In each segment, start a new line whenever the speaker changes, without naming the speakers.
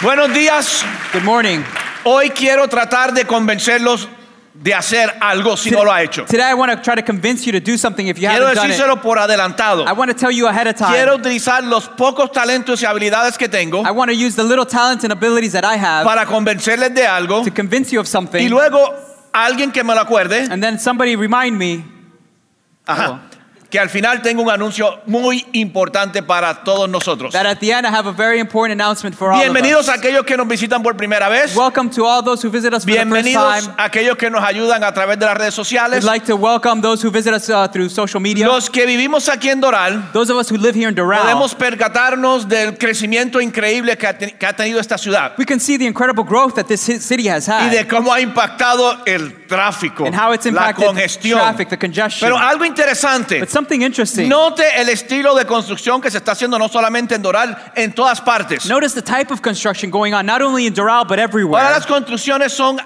Buenos días.
Good morning.
Hoy quiero tratar de convencerlos de hacer algo si no lo ha hecho.
Today I want to try to convince you to do something if you
Quiero
haven't done it.
decírselo por adelantado.
I want to tell you ahead of time.
Quiero utilizar los pocos talentos y habilidades que tengo
I want to use the little talents and abilities that I have
para convencerles de algo
to convince you of
y
something.
luego alguien que me lo acuerde,
and oh. then somebody remind me,
ajá, que al final tengo un anuncio muy importante para todos nosotros.
that at the end I have a very important announcement for all
Bienvenidos a
of us.
aquellos que nos visitan por primera vez.
Welcome to all those who visit us for the first
Bienvenidos
time.
a aquellos que nos ayudan a través de las redes
We'd
sociales.
like to welcome those who visit us uh, through social media.
Los que vivimos aquí en Doral.
those of us who live here in Doral,
podemos percatarnos del crecimiento increíble que ha, te- que ha tenido esta ciudad
we can see the incredible growth that this ci- city has
y
had
de cómo ha impactado el tráfico,
and how it's
la
impacted the
congestión.
traffic, the congestion.
Pero ah, algo interesante,
but something interesting.
note el estilo de construcción que se está haciendo no solamente en Doral, en todas partes.
Notice the type of construction going on, not only in Doral, but everywhere.
Ahora las construcciones son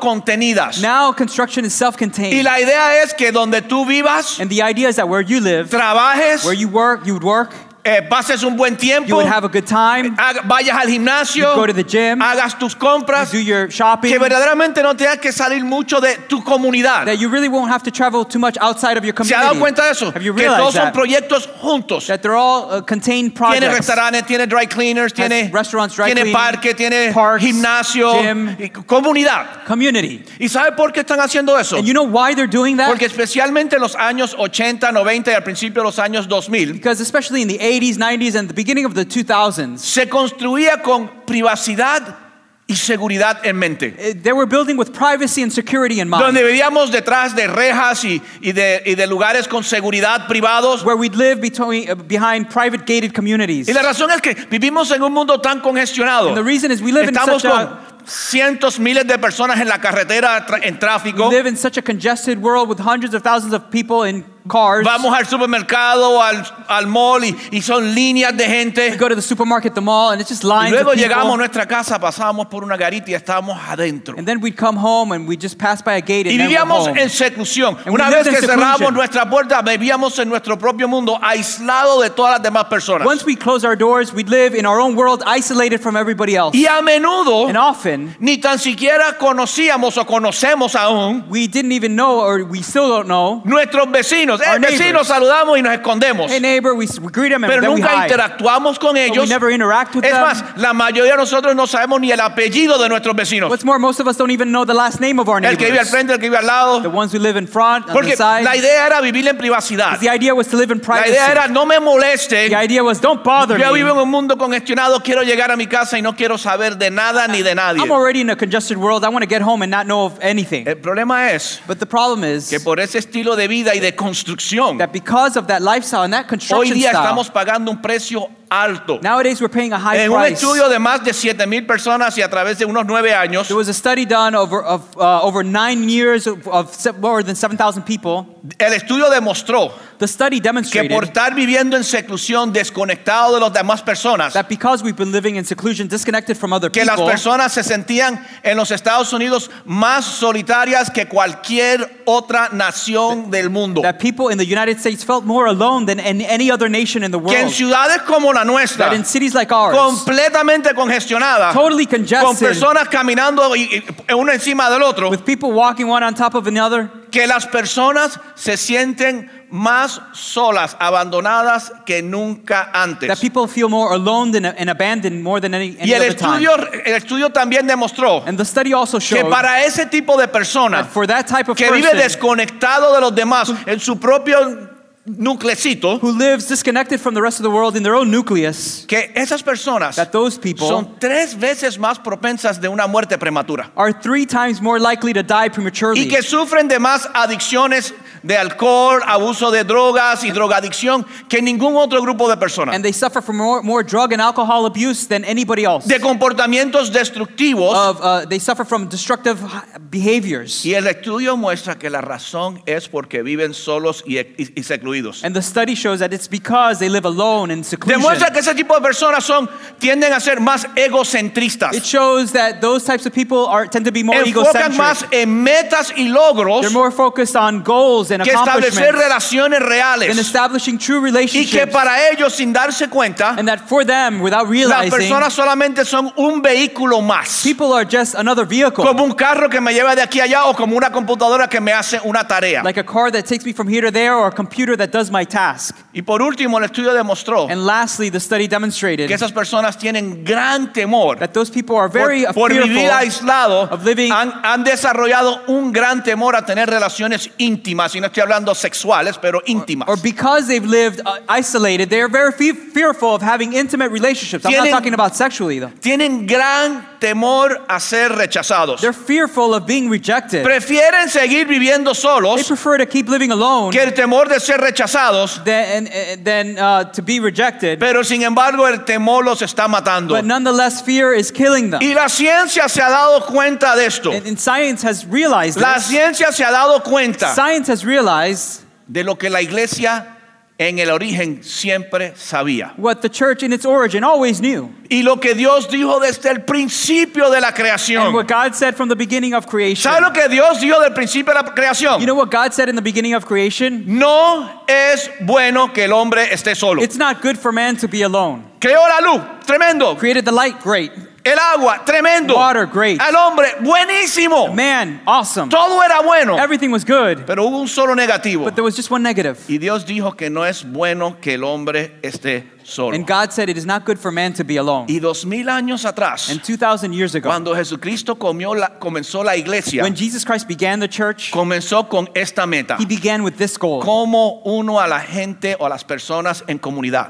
autocontenidas
now construction is self
y
contained.
la idea es que donde tú vivas,
and the idea is that where you live,
trabajes,
where you work, you would work,
eh, pases un buen
you
tiempo,
would have a good time,
haga- vayas al
you
gimnasio,
go to the gym,
hagas tus
you
compras,
do your shopping,
que verdaderamente no tengas que salir mucho de tu comunidad.
that you really won't have to travel too much outside of your
¿Se
community.
ha dado cuenta de eso?
Have you
Que todos
realized
son
that?
proyectos juntos.
That they're all uh, contained
Tiene
projects.
restaurantes, tiene dry cleaners, tiene,
restaurants, dry
tiene
cleaning,
parque, tiene
parks,
gimnasio,
gym.
y c- comunidad.
Community.
¿Y sabe por qué están haciendo eso?
And you know why they're doing that?
Porque especialmente en los años 80, 90 y al principio de los años 2000,
because especially in the 80s, 90s, and the beginning of the 2000s,
se construía con privacidad y seguridad en mente.
eh, they were building with privacy and security in mind.
Donde vivíamos detrás de rejas y, y de, y de lugares con seguridad privados.
where we'd live between, uh, behind private gated communities.
Y la razón es que vivimos en un mundo tan congestionado.
And the reason is we live in
Estamos
such a-
con cientos, miles de personas en la carretera, tra- en
We
tráfico.
live in such a congested world with hundreds of thousands of people in cars.
Vamos al supermercado, al, al mall y, y son líneas de
We
gente.
go to the supermarket, the mall, and it's just
Y
lines
luego
of people.
llegamos a nuestra casa, pasábamos por una garita y estábamos adentro.
and then we'd come home and we'd just pass by a gate and
Y
then we're
vivíamos
home.
en seclusión.
we
Una vez
lived in
que cerramos
seclusion.
nuestra puerta, vivíamos en nuestro propio mundo, aislado de todas las demás personas.
Once we close our doors, we'd live in our own world, isolated from everybody else.
Y a menudo
And often,
ni tan siquiera conocíamos o conocemos aún
we didn't even know, or we still don't know.
nuestros vecinos. Eh,
Our neighbors.
vecinos saludamos y nos escondemos.
Hey neighbor, we, s- we greet them and
pero
then we
nunca
hide.
interactuamos con
But
ellos.
we never interact with
Es
them.
más, la mayoría de nosotros no sabemos ni el apellido de nuestros vecinos.
What's more, most of us don't even know the last name of our
El
neighbors.
que vive al frente, el que vive al
the
lado.
ones who live in front, on
Porque
the side.
la idea era vivir en privacidad.
The idea was to live in
La
privacy.
idea era no me
the
moleste.
idea was don't bother
Yo
me.
vivo en un mundo congestionado, quiero llegar a mi casa y no quiero saber de nada ni de nadie.
I'm already in a congested world. I want to get home and not know of anything.
El problema es
But the problem is
que por ese estilo de vida y de construcción,
that because of that lifestyle and that
hoy
construction
día
style,
estamos pagando un precio alto.
nowadays we're paying a high
En un
price.
estudio de más de 7 mil personas y a través de unos 9 años,
there was a study done over of uh, over nine years of, of se- more than seven thousand people.
el estudio demostró
The study
que
demonstrated
por estar viviendo en seclusión, desconectado de las demás personas,
that because we've been living in seclusion, disconnected from other
que las
people,
personas se sentían en los Estados Unidos más solitarias que cualquier otra nación del mundo.
that people in the United States felt more alone than in any other nation in the
Que en
world.
ciudades como la nuestra,
That in cities like ours,
completamente congestionadas,
totally
con
congested,
personas caminando y- y- uno encima del otro,
with people walking one on top of another,
que las personas se sienten más solas, abandonadas que nunca
that
antes.
people feel more alone than, and abandoned more than any, any
Y el
other time.
estudio, el estudio también demostró
And the study also
que
showed
para ese tipo de
that
personas
for that type of
que vive
person
desconectado de los demás en su propio nuclecito,
who lives disconnected from the rest of the world in their own nucleus,
que esas personas
that those people
son tres veces más propensas de una muerte prematura
are three times more likely to die prematurely
y que sufren de más adicciones de alcohol, abuso de drogas y drogadicción que ningún otro grupo de personas,
and they suffer from more, more drug and alcohol abuse than anybody else.
de comportamientos destructivos.
Of, uh, they suffer from destructive behaviors.
Y el estudio muestra que la razón es porque viven solos y, y- y secluidos.
And the study shows that it's because they live alone in seclusion.
Demuestra que ese tipo de personas son, tienden a ser más egocentristas.
It shows that those types of people are tend to be more
enfocan
egocentric.
más en metas y logros
They're more focused on goals goals and
que establecer
accomplishments
relaciones
than
reales
establishing true
y que
relationships.
para ellos sin darse cuenta
And that for them, without
las
realizing,
personas solamente son un vehículo más.
people are just another vehicle.
Como un carro que me lleva de aquí a allá o como una computadora que me hace una tarea.
Like a car that takes me from here to there or a computer that does my task.
Y por último, el estudio demostró
And lastly, the study demonstrated
que esas personas tienen gran temor.
that those people are very uh,
Por, por vivir
fearful
aislado,
of living-
han, han desarrollado un gran temor a tener relaciones íntimas. Y no estoy hablando sexuales, pero íntimas.
or because they've lived uh, isolated, they are very fe- fearful of having intimate relationships. I'm
Tienen-
not talking about sexually though.
tienen gran temor a ser rechazados.
They're fearful of being rejected.
Prefieren seguir viviendo
They
solos
prefer to keep living alone
que el temor de ser rechazados,
than, uh, than uh, to be rejected.
pero sin embargo el temor los está matando.
But nonetheless, fear is killing them.
Y la ciencia se ha dado cuenta de esto.
And, and science has realized
La
this.
ciencia se ha dado cuenta
Science has realized
de lo que la iglesia en el origen siempre sabía.
what the church in its origin always knew.
Y lo que Dios dijo desde el principio de la
And
creación.
what God said from the beginning of creation.
¿Sabe lo que Dios dijo del principio de la
You
creación?
know what God said in the beginning of creation?
No es bueno que el hombre esté solo.
It's not good for man to be alone.
Creó la luz, tremendo.
Created the light, great.
El agua, tremendo.
Water, great.
Al hombre, buenísimo.
Man, awesome.
Todo era bueno.
Everything was good,
Pero hubo un solo negativo.
but there was just one negative.
Y Dios dijo que no es bueno que el hombre esté solo.
And God said it is not good for man to be alone.
Y dos mil años atrás,
And 2,000 years ago,
cuando Jesucristo comió la- comenzó la iglesia,
when Jesus Christ began the church,
comenzó con esta meta.
he began with this goal
¿Cómo uno a la gente o a las personas en comunidad?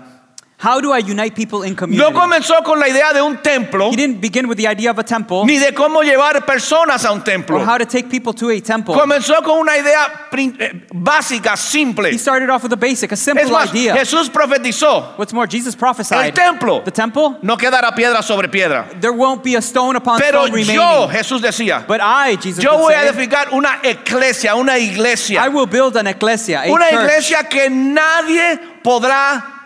How do I unite people in
No
community?
comenzó con la idea de un templo,
He didn't begin with the idea of a temple
ni de cómo llevar personas a un
or
templo.
how to take people to a temple.
Comenzó con una idea prin- eh, básica, simple.
He started off with a basic, a
Es
simple
más,
idea.
Jesús profetizó,
What's more, Jesus
el
prophesied
templo
the temple,
no quedará piedra sobre piedra.
there won't be a stone upon
Pero
stone
yo,
remaining.
Jesús decía,
But I, Jesus,
yo
would
voy a
say,
edificar una iglesia, una
I
iglesia,
will build an ecclesia, a
una
church,
iglesia que nadie podrá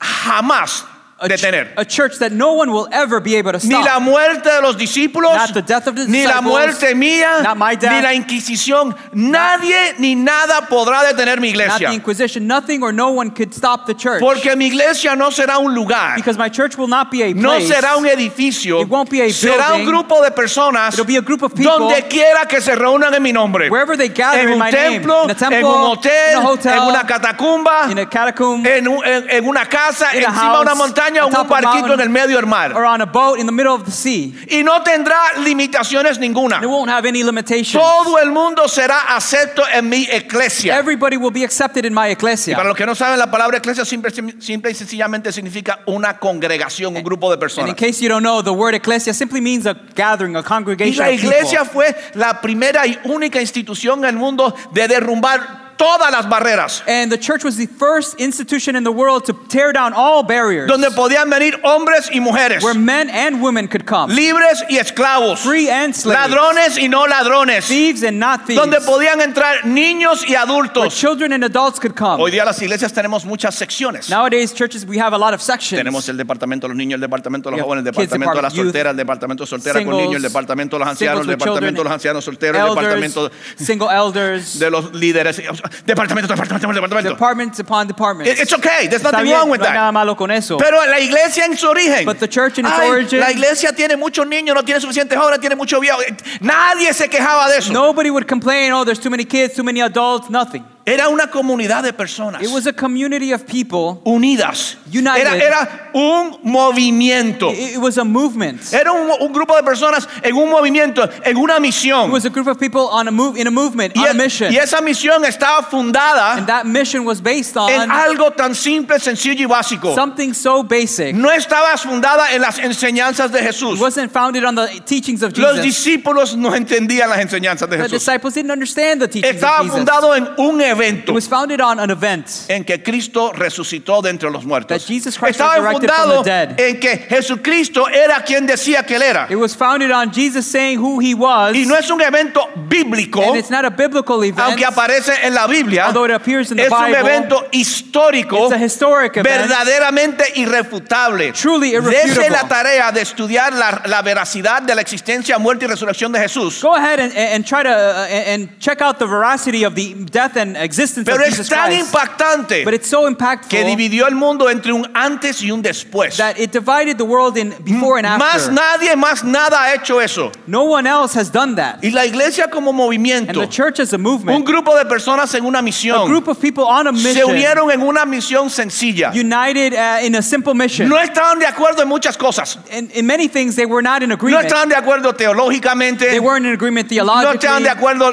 jamás
a, ch-
detener.
a church that no one will ever be able to
Ni la
stop.
muerte de los discípulos,
Not the death of the
ni la
disciples,
muerte mía,
not my death,
ni la Inquisición, nadie ni nada podrá detener mi
Not the
iglesia.
Inquisition. Nothing or no one could stop the church.
Porque mi iglesia no será un lugar,
Because my church will not be a
no
place.
será un edificio,
It won't be a
será un
building.
grupo de personas
It'll be a group of people
donde quiera que se reúnan en mi nombre.
wherever they gather
en
in
un
my
templo,
name. In a
en
temple,
un hotel,
in a hotel,
en una Eh, catacumba,
in a catacomb,
en, un- en- en una casa,
in a
encima de una
house,
montaña o
on
en
top
un
of a
barquito en
mountain,
el medio del
or
mar.
on a boat in the middle of the sea.
Y no tendrá limitaciones ninguna.
And it won't have any limitation.
Todo el mundo será acepto en mi iglesia.
Everybody will be accepted in my
Y para
ecclesia.
los que no saben, la palabra iglesia simple, simple y sencillamente significa una congregación, un grupo de
And
personas.
in case you don't know, the word ecclesia simply means a gathering, a
Y
congregation
la
of people.
iglesia fue la primera y única institución en el mundo de derrumbar todas las barreras.
And the church was the first institution in the world to tear down all barriers
Donde podían venir hombres y mujeres,
where men and women could come,
libres y esclavos,
free and slaves,
ladrones y no ladrones,
thieves and not thieves,
donde podían entrar niños y
where
adultos.
children and adults could come.
Hoy día las iglesias tenemos muchas secciones.
Nowadays, churches, we have a lot of sections.
Tenemos el departamento de los niños, el departamento de los
We have
jóvenes, el
kids
departamento de las
department, youth,
solteras, el departamento de solteras con
singles,
niños, el departamento de los ancianos, el
singles with
departamento de
children,
los ancianos solteros, el departamento
elders, single elders,
de los líderes, o sea, departamento, departamento, departamento.
departments upon departments.
It- It's okay, there's
Está
nothing
bien,
wrong with
no hay nada
that.
malo con eso.
Pero la iglesia en su origen.
But the church in its
Ay,
origin-
La iglesia tiene muchos niños, no tiene suficientes obras, tiene mucho viejo. Eh, Nadie se quejaba de eso.
Nobody would complain, oh, there's too many kids, too many adults, nothing.
Era una comunidad de personas
It was a community of people.
unidas.
United.
Era, era un movimiento.
It, it was a movement. It
Era un, un grupo de personas en un movimiento, en una misión.
was a group of people on a move, in a movement,
y,
on a
e-
mission.
y esa misión estaba
And
fundada
that mission was based
en
on
algo tan simple, sencillo y básico.
something so basic.
No estaba fundada en las enseñanzas de Jesús.
It wasn't founded on the teachings of
Los
Jesus.
discípulos no entendían las enseñanzas de
The
Jesús.
disciples didn't understand the teachings
Estaba
of Jesus.
fundado en un
It
evento
was founded on an event.
en que Cristo resucitó de entre los muertos.
That Jesus Christ
Estaba
resurrected from
fundado
the dead.
en que Jesucristo era quien decía que él era.
It was founded on Jesus saying who he was.
Y no es un evento bíblico,
and it's not a biblical event.
aunque aparece en la Biblia.
Although it appears in the
Es un
Bible,
evento histórico,
it's a historic event.
verdaderamente irrefutable.
Truly
Dese
irrefutable.
la tarea de estudiar la, la veracidad de la existencia, muerte y resurrección de Jesús.
Go ahead and, and and try to uh, and and check out the veracity of the death and uh, existence
Pero
of
es
Jesus
tan
Christ.
impactante
But it's so impactful
que dividió el mundo entre un antes y un después.
that it divided the world in before and
Más
after.
nadie, más nada ha hecho eso.
no one else has done that.
Y la iglesia como
And
movimiento,
the church as a
un
movement,
grupo de personas en una
a
misión,
group of people on a
se
mission,
unieron en una misión sencilla.
united uh, in a simple mission.
No estaban de acuerdo en muchas cosas.
in, in many things, they were not in
No
agreement.
estaban de acuerdo teológicamente.
they weren't in agreement
No
theologically.
estaban de acuerdo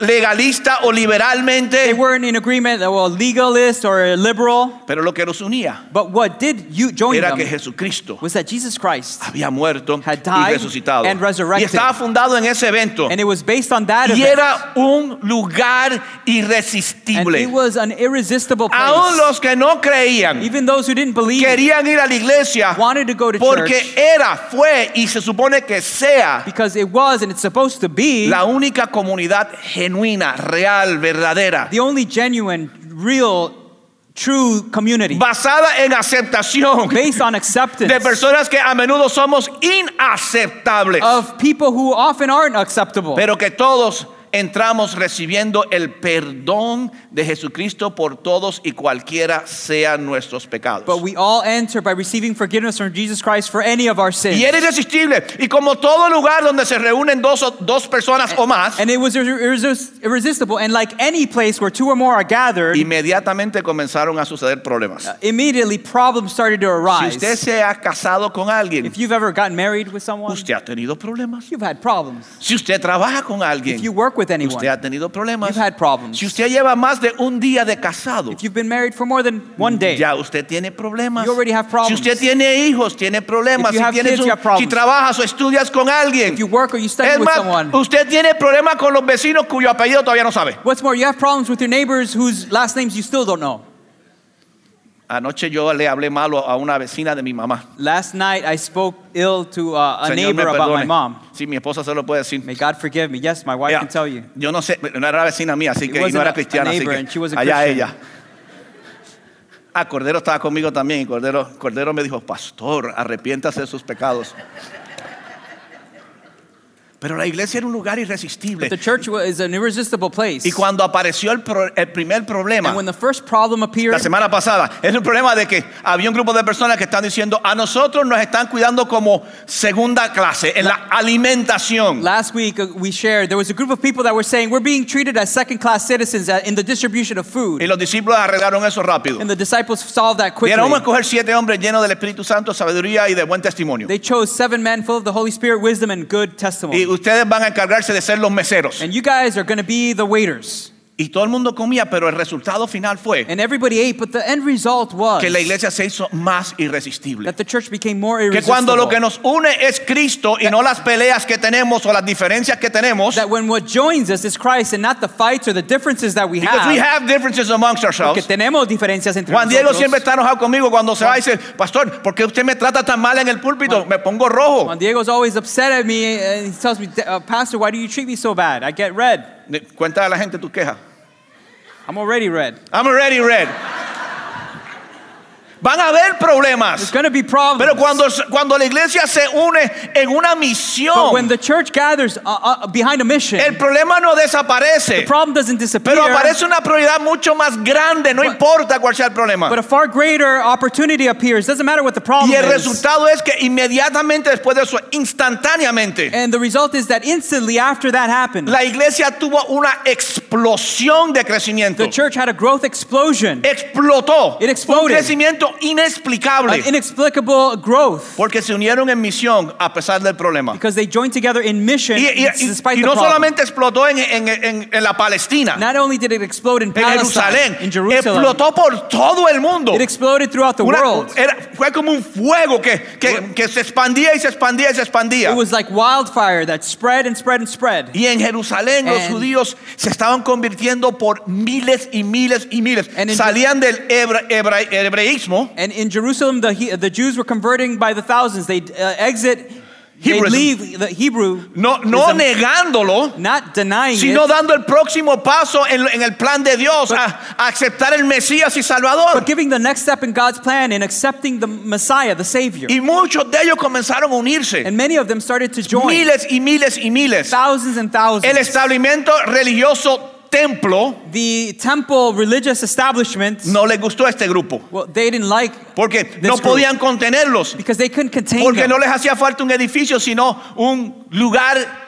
legalista o
they
liberalmente.
weren't in agreement, uh, well, legalist or liberal.
Pero lo que los unía
But what did you join
era
them
que Jesucristo
was that Jesus Christ,
había muerto
Had
y
died
resucitado.
and resurrected.
Y estaba fundado en ese evento.
and it was based on that
Y
event,
era un lugar
and it
irresistible.
was an irresistible place.
Aún los que no creían
Even those who didn't believe
querían ir a la iglesia
wanted to go to
porque
church
era, fue y se supone que sea
because it was and it's supposed to be
la única comunidad genuina, real, verdadera,
the only genuine, real, true community
basada en aceptación
based on acceptance
de personas que a menudo somos inaceptables,
of people who often aren't acceptable.
pero que todos entramos recibiendo el perdón de Jesucristo por todos y cualquiera sean nuestros
But
pecados.
we all enter by receiving forgiveness from Jesus Christ for any of our sins.
Y era irresistible. Y como todo lugar donde se reúnen dos, o- dos personas o más,
And it was irre- irresist- irresistible. And like any place where two or more are gathered,
inmediatamente comenzaron a suceder
Uh,
problemas.
immediately problems started to
Si
arise.
usted se ha casado con alguien,
If you've ever gotten married with someone,
usted ha tenido problemas.
you've had problems.
Si usted trabaja con
If you
alguien,
work with anyone,
usted ha tenido problemas.
You've had problems.
Si usted lleva más de un día de casado,
if you've been married for more than one day,
ya usted tiene problemas.
You already have
Si
problems.
usted tiene hijos, tiene problemas.
If you
Si,
have
tiene
kids,
su-
you have problems.
si trabajas o estudias con alguien.
if you work or you study
Es
with
más,
someone,
usted tiene problemas con los vecinos cuyo apellido todavía no sabe.
what's more, you have problems with your neighbors whose last names you still don't know.
Anoche yo le hablé malo a una vecina de mi mamá.
Last night I spoke ill to uh, a
Señor, me
neighbor about my
perdone.
mom.
Sí, mi esposa se lo puede decir.
May God forgive me. Yes, my wife
Mira,
can tell you.
Yo no sé, no era vecina mía, así que y no
wasn't
era
a- a
cristiana, así
neighbor
que
and she wasn't
allá
Christian.
ella. Ah, Cordero estaba conmigo también y Cordero, Cordero me dijo, pastor, arrepiéntase de sus pecados. Pero la iglesia era un lugar irresistible.
The church wa- is an irresistible place.
Y cuando apareció el, pro- el primer problema,
And when the first problem appeared,
la semana pasada, es un problema de que había un grupo de personas que están diciendo, a nosotros nos están cuidando como segunda clase, en la alimentación.
Last week uh, we shared there was a group of people that were saying we're being treated as second class citizens uh, in the distribution of
Y
food.
los discípulos arreglaron eso rápido.
And the disciples solved that
Dijeron, vamos a
quickly.
escoger siete hombres llenos del Espíritu Santo, sabiduría y de buen testimonio.
They chose seven men full of the Holy Spirit, wisdom, and good
Y
testimony.
ustedes van a encargarse de ser los meseros.
And you guys are going to be the waiters.
Y todo el mundo comía, pero el resultado final fue
And everybody ate, but the end result was
que la iglesia se hizo más irresistible.
that the church became more
Que cuando lo que
irresistible.
nos une es Cristo y no las peleas que tenemos o las diferencias que tenemos,
That when what joins us is Christ and not the fights or the differences that we
because we
have.
have differences amongst
Porque
ourselves.
tenemos diferencias entre
Juan Diego
nosotros.
siempre está enojado conmigo cuando se va y dice, Pastor, ¿por qué usted me trata tan mal en el púlpito? Me pongo rojo.
Juan Diego's always upset at me and he tells me, "Uh, Pastor, why do you treat me so bad? I get red.
Cuenta a la gente tus quejas.
I'm already red.
I'm already red. Van a haber problemas.
There's going to be problems.
Pero cuando, cuando la iglesia se une en una
But when
misión,
the church gathers uh, uh, behind a mission,
el problema no desaparece.
the problem doesn't disappear,
Pero aparece una prioridad mucho más grande, no importa cuál sea el problema.
but a far greater opportunity appears. Doesn't matter what the problem
Y el
is.
resultado es que inmediatamente después de eso, instantáneamente,
And the result is that instantly after that happened,
la iglesia tuvo una explosión de crecimiento.
the church had a growth explosion,
Explotó.
It
Un
exploded. Uh,
crecimiento
an
inexplicable.
inexplicable growth,
Porque se unieron en misión a pesar del problema.
because they joined together in mission
Y, y- y-
despite
y
the
no
problem.
solamente explotó en, en- en- en la Palestina,
Not only did it explode in
en
Palestine,
Jerusalén,
in Jerusalem,
explotó por todo el mundo.
it exploded throughout the
Una-
world.
era- fue como un fuego que, que,
Fue-
que se expandía y se expandía y se expandía.
It was like wildfire that spread and spread and spread.
eh, Y en Jerusalén los
And-
judíos se estaban convirtiendo por miles y miles y miles.
And in-
Salían del hebra- hebra- hebreísmo
And in Jerusalem, the, He- the Jews were converting by the thousands. They uh, exit, they
Hebrewism.
leave the Hebrew,
no, no
Ism.
negándolo,
not denying
sino
it,
dando el próximo paso en, en el plan de Dios a, a aceptar el Mesías y Salvador.
but giving the next step in God's plan and accepting the Messiah, the Savior.
Y muchos de ellos comenzaron a unirse.
And many of them started to join,
miles y miles y miles.
thousands and
El
thousands.
establecimiento religioso templo
The temple religious establishment,
no les gustó a este grupo.
well, they didn't like
Porque no podían contenerlos.
because they couldn't contain
Porque
them.
no les hacía falta un edificio, sino un lugar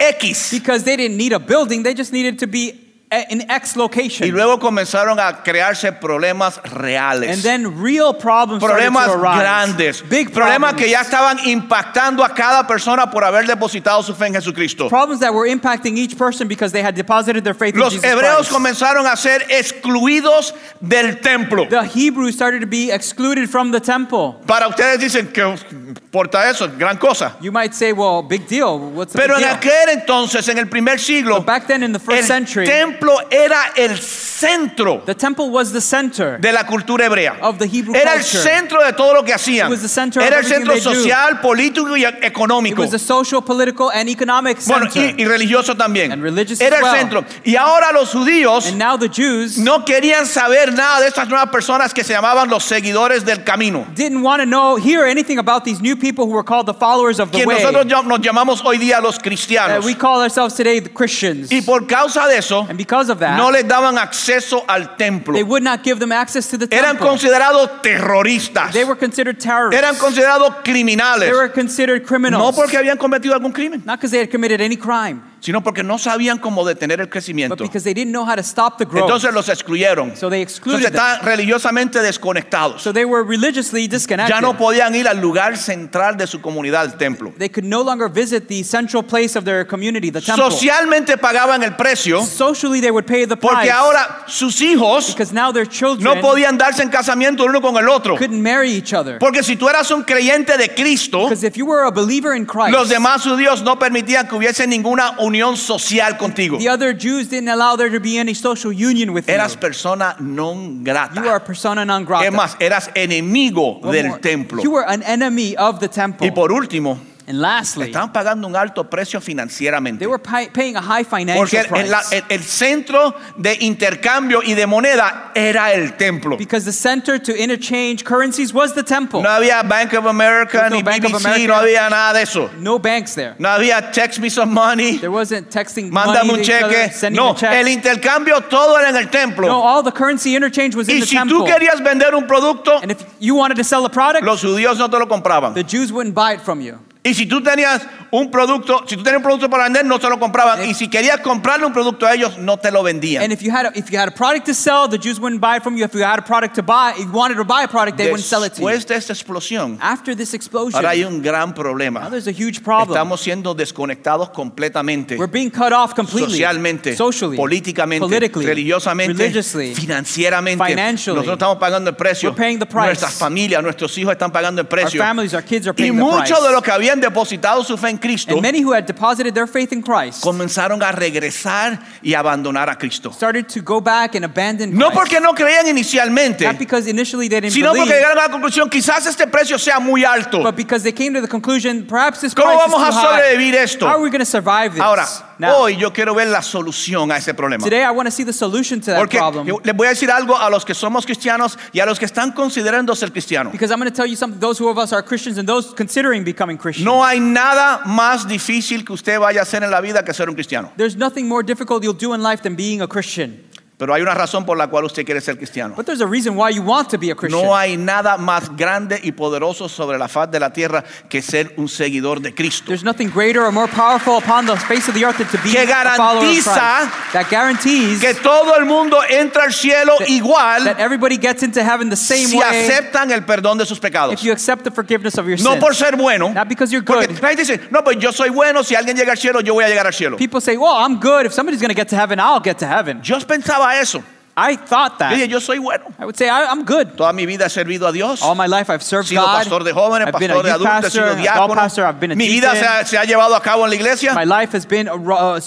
X.
because they didn't need a building, they just needed to be a- in X
Y
location.
luego comenzaron a crearse problemas
And
reales.
then real problems started
Problemas
to arise.
grandes.
Big
problemas
problems.
que ya estaban impactando a cada persona por haber depositado su fe en Jesucristo.
problems that were impacting each person because they had deposited their faith in
Los
Jesus
hebreos
Christ.
comenzaron a ser excluidos del templo.
The Hebrews started to be excluded from the temple.
Para ustedes dicen que importa eso, gran cosa.
You might say, well, big deal. What's the
Pero en
big deal?
aquel entonces, en el primer siglo,
But Oh, back then in the first
el
century,
templo era el centro
the temple was the center.
de la cultura hebrea.
Of the Hebrew
Era el
culture.
centro de todo lo que hacían.
It was the center of
Era el
everything
centro
they do.
social, político y
It
económico.
was the social, political, and economic
Bueno,
center.
y, y religioso también.
And religious
Era
as
el
well.
centro. Y ahora los judíos
and now the Jews
no querían saber nada de estas nuevas personas que se llamaban los seguidores del camino.
didn't want to know, hear anything about these new people who were called the followers of the
Que
way.
nosotros llam- nos llamamos hoy día los
that
cristianos.
we call ourselves today the Christians.
Y por causa de eso,
and because of that,
no les daban acceso al templo.
they would not give them access to the
Eran
temple.
considerados terroristas.
They were considered terrorists.
Eran considerados
they
criminales.
were considered
No
criminals.
porque habían cometido algún crimen,
not because they had committed any crime,
sino porque no sabían cómo detener el
but
crecimiento.
because they didn't know how to stop the growth.
Entonces los excluyeron.
So they
Entonces
excluded them.
estaban religiosamente desconectados.
So they were religiously disconnected.
Ya no podían ir al lugar central de su comunidad, el templo.
they could no longer visit the central place of their community, the temple.
Socialmente pagaban el precio
Socially, they would pay the price
porque ahora sus hijos
because now their children
no podían darse en casamiento el uno con el otro.
couldn't marry each other.
Porque si tú eras un creyente de Cristo,
Because if you were a believer in Christ,
los demás judíos no permitían que hubiese ninguna unión social contigo.
the other Jews didn't allow there to be any social union with
Eras
you.
persona non
You are
grata.
persona non grata.
Es más, eras enemigo
One
del
more.
templo.
You were an enemy of the temple.
Y por último,
and lastly,
estaban pagando un alto precio
they
financieramente.
were pi- paying a high
Porque
financial
el,
price.
la- el- el centro de intercambio y de moneda era el templo.
because the center to interchange currencies was the temple.
No había Bank of America,
There was no
ni
Bank of
BBC,
America.
no había nada de eso.
No banks there.
No había text me some money,
There wasn't texting
mándame
money
un
to each other,
cheque.
sending
No,
a
el
check.
intercambio todo era en el templo.
No, all the currency interchange was in
y
the
si tú
temple.
querías vender un producto,
and if you wanted to sell a product,
los judíos no te lo compraban.
the Jews wouldn't buy it from you.
Y si tú tenías un producto, si tú tenías un producto para vender, no te lo compraban.
Eh.
Y si querías comprarle un producto a ellos, no te lo vendían.
And if you had a, if you had a product to sell, the Jews wouldn't buy it from you. If you had a product to buy, you wanted to buy a product, they wouldn't sell it to you.
Después de esta explosión,
After this explosion,
ahora hay un gran
now
problema.
there's a huge problem.
Estamos siendo desconectados completamente.
We're being cut off completely.
Socialmente,
socially,
políticamente,
politically,
religiosamente,
religiously.
financieramente,
financially.
nosotros estamos pagando el precio.
We're paying the price.
Nuestras familias, nuestros hijos están pagando el precio.
Our families, our kids are
y
paying the
muchos
price.
de los que habían depositado su fe en Cristo
and many who had deposited their faith in Christ
comenzaron a regresar y abandonar a Cristo.
started to go back and abandon
No
Christ.
porque no creían inicialmente,
Not because initially they didn't
sino
believe,
porque llegaron a la conclusión, quizás este precio sea muy alto.
but because they came to the conclusion, perhaps this
¿Cómo
price is
vamos a
too high.
sobrevivir esto?
How are we going to survive this?
Ahora,
now,
hoy yo quiero ver la solución a ese problema.
today I want to see the solution to that
Porque
problem.
yo- les voy a decir algo a los que somos cristianos y a los que están considerando ser cristianos.
Because I'm going to tell you something, those who of us are Christians and those considering becoming Christians.
No hay nada más difícil que usted vaya a hacer en la vida que ser un cristiano.
There's nothing more difficult you'll do in life than being a Christian.
Pero hay una razón por la cual usted quiere ser cristiano.
But there's a reason why you want to be a Christian.
No hay nada más grande y poderoso sobre la faz de la tierra que ser un seguidor de Cristo.
There's nothing greater or more powerful upon the face of the earth than to be
Que
a follower of Christ.
garantiza
That guarantees
Que todo el mundo entra al cielo
that
igual
everybody gets into heaven the same
si
way
aceptan el perdón de sus pecados.
if you accept the forgiveness of your
No
sins.
por ser bueno.
Not because you're
Porque
good.
la gente dice, no, pues yo soy bueno, si alguien llega al cielo, yo voy a llegar al cielo.
People say, well, I'm good. If somebody's going to get to heaven, I'll get to heaven.
Yo pensaba eso.
I thought
Yo dije,
that.
yo soy bueno.
I would say, I, I'm good.
Toda mi vida he servido a Dios.
All my life I've served
sido
Oh God.
pastor de jóvenes,
I've been a
pastor de
youth
adultos, he
pastor,
sido
a adult
diácono.
pastor. I've been a
Mi vida se
deacon.
ha, se ha llevado a cabo en la iglesia
My life has been uh, uh,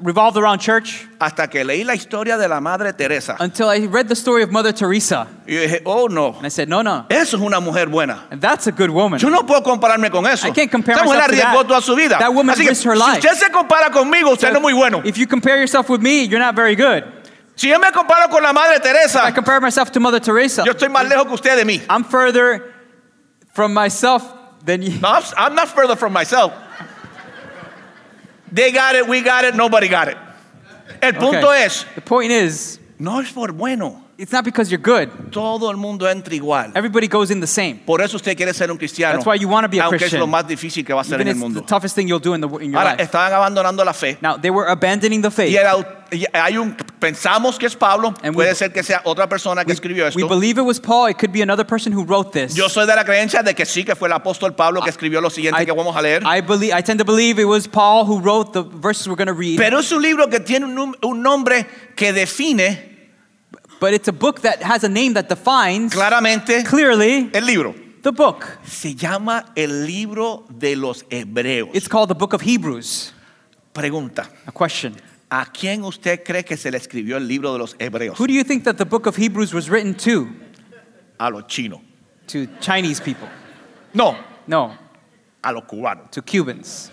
revolved around church
hasta que leí la historia de la Madre Teresa.
until I read the story of Mother Teresa.
Y yo dije, oh no,
And I said, no, no.
eso es una mujer buena.
And that's a good woman.
Yo no puedo compararme con eso.
I can't compare
Esa mujer
myself to
arriesgó
that.
toda su vida.
That woman
Así que,
risked her
si
life.
usted se compara conmigo, usted
So
no es muy bueno.
If you compare yourself with me, you're not very good.
Si yo me comparo con la Madre
I
Teresa,
compare myself to Mother Teresa.
yo estoy más lejos que usted de mí.
I'm further from myself than you.
No, I'm, I'm not further from myself. They got it, we got it, nobody got it. El punto
Okay.
es,
The point is,
no es por bueno.
it's not because you're good.
Todo el mundo entra igual.
Everybody goes in the same.
Por eso usted quiere ser un cristiano.
That's why you wanna be a
aunque es
Christian.
lo más difícil que va a ser en
Even
el
it's the
mundo.
toughest thing you'll do in, the, in your
Ahora,
life.
estaban abandonando la fe.
Now, they were abandoning the faith.
Y era au- y hay un, pensamos que es Pablo,
And we-
puede ser que sea otra persona que escribió
We
esto.
believe it was Paul. It could be another person who wrote this.
Yo soy de la creencia de que sí, que fue el apóstol Pablo que escribió lo siguiente
I,
que vamos a leer.
I believe, I tend to believe it was Paul who wrote the verses we're going to read.
Pero es un libro que tiene un, num- un nombre que define
but it's a book that has a name that defines
claramente
clearly
el libro.
the book.
Se llama el libro de los hebreos.
It's called the book of Hebrews.
Pregunta,
A question.
¿a quién usted cree que se le escribió el libro de los hebreos?
Who do you think that the book of Hebrews was written to?
A los chinos.
To Chinese people.
No,
No,
a los cubanos.
to Cubans.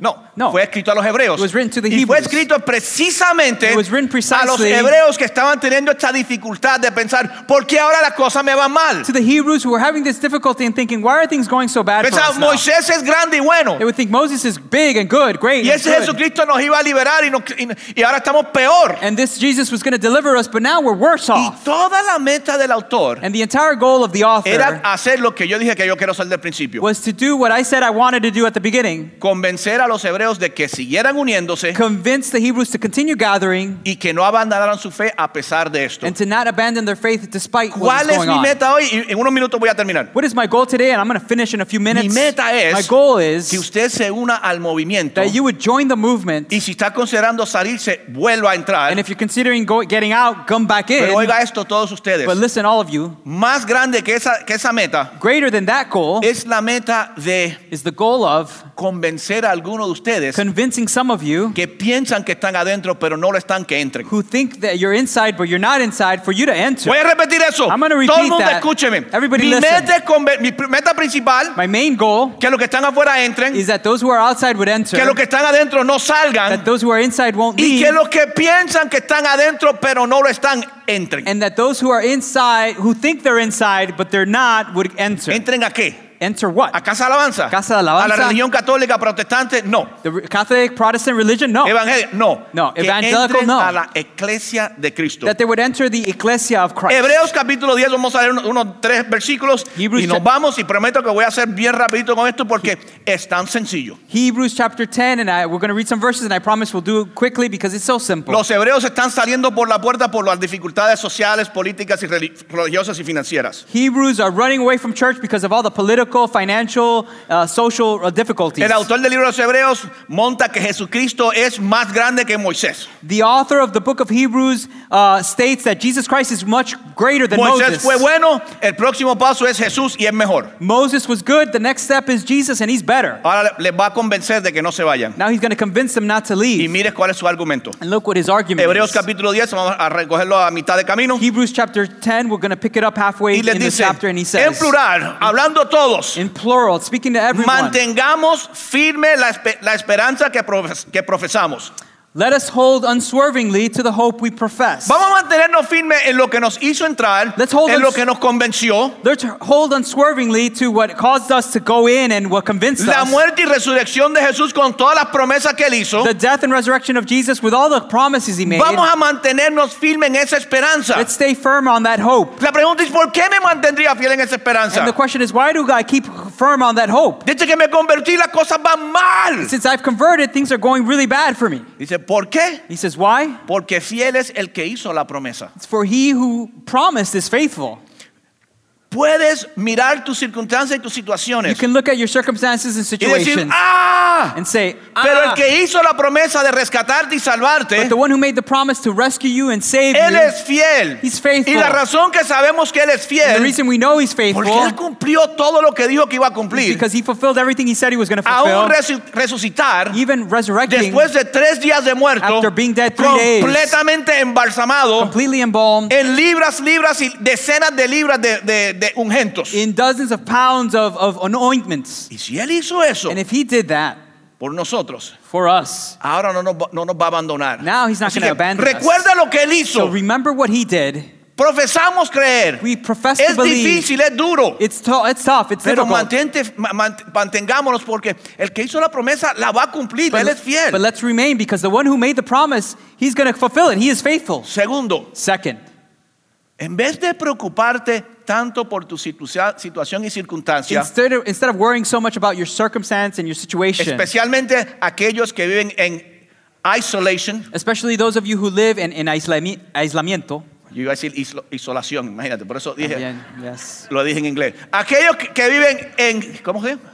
No,
No.
fue escrito a los hebreos.
It was written to the
y fue
Hebrews.
escrito precisamente
It was written
a los
precisely-
hebreos que estaban teniendo esta dificultad de pensar, ¿por qué ahora las cosas me van mal?
To the Hebrews who were having this difficulty and thinking, why are things going so bad for us
Pensaban,
now?
Moisés es grande y bueno.
They would think Moses is big and good, great.
Y
and
ese
good.
Jesucristo nos iba a liberar y, nos- y- y ahora estamos peor.
And this Jesus was going to deliver us, but now we're worse
Y
off.
toda la meta del autor
And the entire goal of the
era
author
hacer lo que yo dije que yo quiero hacer del principio.
was to do what I said I wanted to do at the beginning
Convencer a los hebreos de que siguieran uniéndose
convince the Hebrews to continue gathering
y que no abandonaran su fe a pesar de esto.
and to not abandon their faith despite what
¿Cuál
was
es
going
mi
on.
meta hoy? Y en unos minutos voy a terminar.
What is my goal today? And I'm going to finish in a few minutes.
Mi meta es
my goal
Si
is
usted se una al movimiento
that you would join the movement.
y si está considerando salirse, vuelva a
And
entrar.
if you're considering go, getting out, come back in.
Pero oiga esto todos ustedes.
But listen, all of you,
Más grande que esa, que esa meta
greater than that goal
es la meta de
is the goal of
convencer a alguno de ustedes
convincing some of you
que piensan que están adentro pero no lo están que entren.
who think that you're inside but you're not inside for you to enter.
Voy a repetir eso.
I'm gonna
Todo el
repeat
mundo
that.
escúcheme.
Everybody
mi,
listen.
meta es conven- mi pr- meta principal
My main goal
que los que están afuera entren,
is that those who are outside would enter,
que los que están adentro no salgan
that those who are inside won't
y
leave,
que los que piensan que están adentro pero no lo están entren.
and that those who are inside, who think they're inside but they're not, would enter.
¿Entren a qué?
Enter what?
¿A Casa de Alabanza?
Casa de Alabanza.
¿A la religión católica, protestante? No.
The re- Catholic, Protestant religion? No.
¿Evangélica? No.
No.
Que
Evangelical,
entren
no.
a la iglesia de Cristo.
That they would enter the ecclesia of Christ.
Hebreos capítulo 10, vamos a leer uno- unos, tres versículos
Hebrews
y nos
chap-
vamos y prometo que voy a hacer bien rapidito con esto porque es tan sencillo.
Hebrews chapter 10, and I, we're going to read some verses, and I promise we'll do it quickly because it's so simple.
Los hebreos están saliendo por la puerta por las dificultades sociales, políticas y reli- religiosas y financieras.
Hebrews are running away from church because of all the political, financial, uh, social uh, difficulties.
El autor del libro de los hebreos monta que Jesucristo es más grande que Moisés.
The author of the book of Hebrews uh, states that Jesus Christ is much greater than
Moisés
Moses.
fue bueno, el próximo paso es Jesús y es mejor.
Moses was good, the next step is Jesus, and he's better.
Ahora le- les va a convencer de que no se vayan.
Now he's going to convince them not to
Y
leave.
mire cuál es su argumento.
And look what his argument
Hebreos
is.
capítulo 10, vamos a recogerlo a mitad de camino.
Hebrews chapter 10, we're going to pick it up halfway
Y
in
les
the
dice,
chapter, and he
en
says,
plural, hablando todos,
in plural, speaking to everyone,
mantengamos firme la, espe- la esperanza que, profes- que profesamos.
let us hold unswervingly to the hope we profess.
Vamos a mantenernos firmes en lo que nos hizo entrar,
Let's hold
en
on-
lo que nos convenció.
Let's hold unswervingly to what caused us to go in and what convinced
La
us.
muerte y resurrección de Jesús con todas las promesas que él hizo.
the death and resurrection of Jesus with all the promises he made.
Vamos a mantenernos firmes en esa esperanza.
Let's stay firm on that hope.
La pregunta es, ¿por qué me mantendría fiel en esa esperanza?
And the question is, why do I keep firm on that hope?
Dice que me convertí, las cosas van mal.
Since I've converted, things are going really bad for me.
Dice, ¿por qué?
He says, why?
Porque fiel es el que hizo la promesa.
It's for he who promised is faithful.
Puedes mirar tus circunstancias y tus
You
situaciones
can look at your circumstances and
y decir,
situations
¡ah!
and say,
Pero el
"Ah,
que hizo la promesa de rescatarte y
but
salvarte,
the one who made the promise to rescue you and save
Él
you,
es fiel.
He's faithful.
Y la razón que sabemos que Él es
and the
fiel,
reason we know he's
porque
faithful
Él cumplió todo lo que dijo que iba a
is
cumplir,
because he fulfilled everything he said he was going to
aún
fulfill.
resu- resucitar,
Even resurrecting,
después de tres días de muerto,
After being dead three days.
completamente embalsamado,
completely embalmed,
en libras, libras y decenas de libras de, de- de ungentos.
in dozens of pounds of, of anointments.
Y si Él hizo eso
And if he did that
por nosotros,
for us,
ahora no nos, va- no nos va a abandonar.
Now he's not
Así
gonna
que
abandon us.
recuerda lo que Él
so
hizo.
remember what he did
Profesamos creer.
We profess to
Es
believe.
difícil, es duro.
It's, to- it's tough. It's
Pero
difficult.
mantente, ma- man- mantengámonos porque el que hizo la promesa la va a cumplir. Él es fiel.
but let's remain because the one who made the promise, he's going to fulfill it. He is faithful.
Segundo,
Second,
en vez de preocuparte tanto por tu situa- situación y circunstancia,
instead, of, instead of worrying so much about your circumstance and your situation,
especialmente aquellos que viven en isolation,
especially those of you who live in, in islami- aislamiento,
yo iba a decir islo- isolación, imagínate, por eso dije,
Bien, yes.
lo dije en inglés. Aquellos que, que viven en, ¿cómo se llama?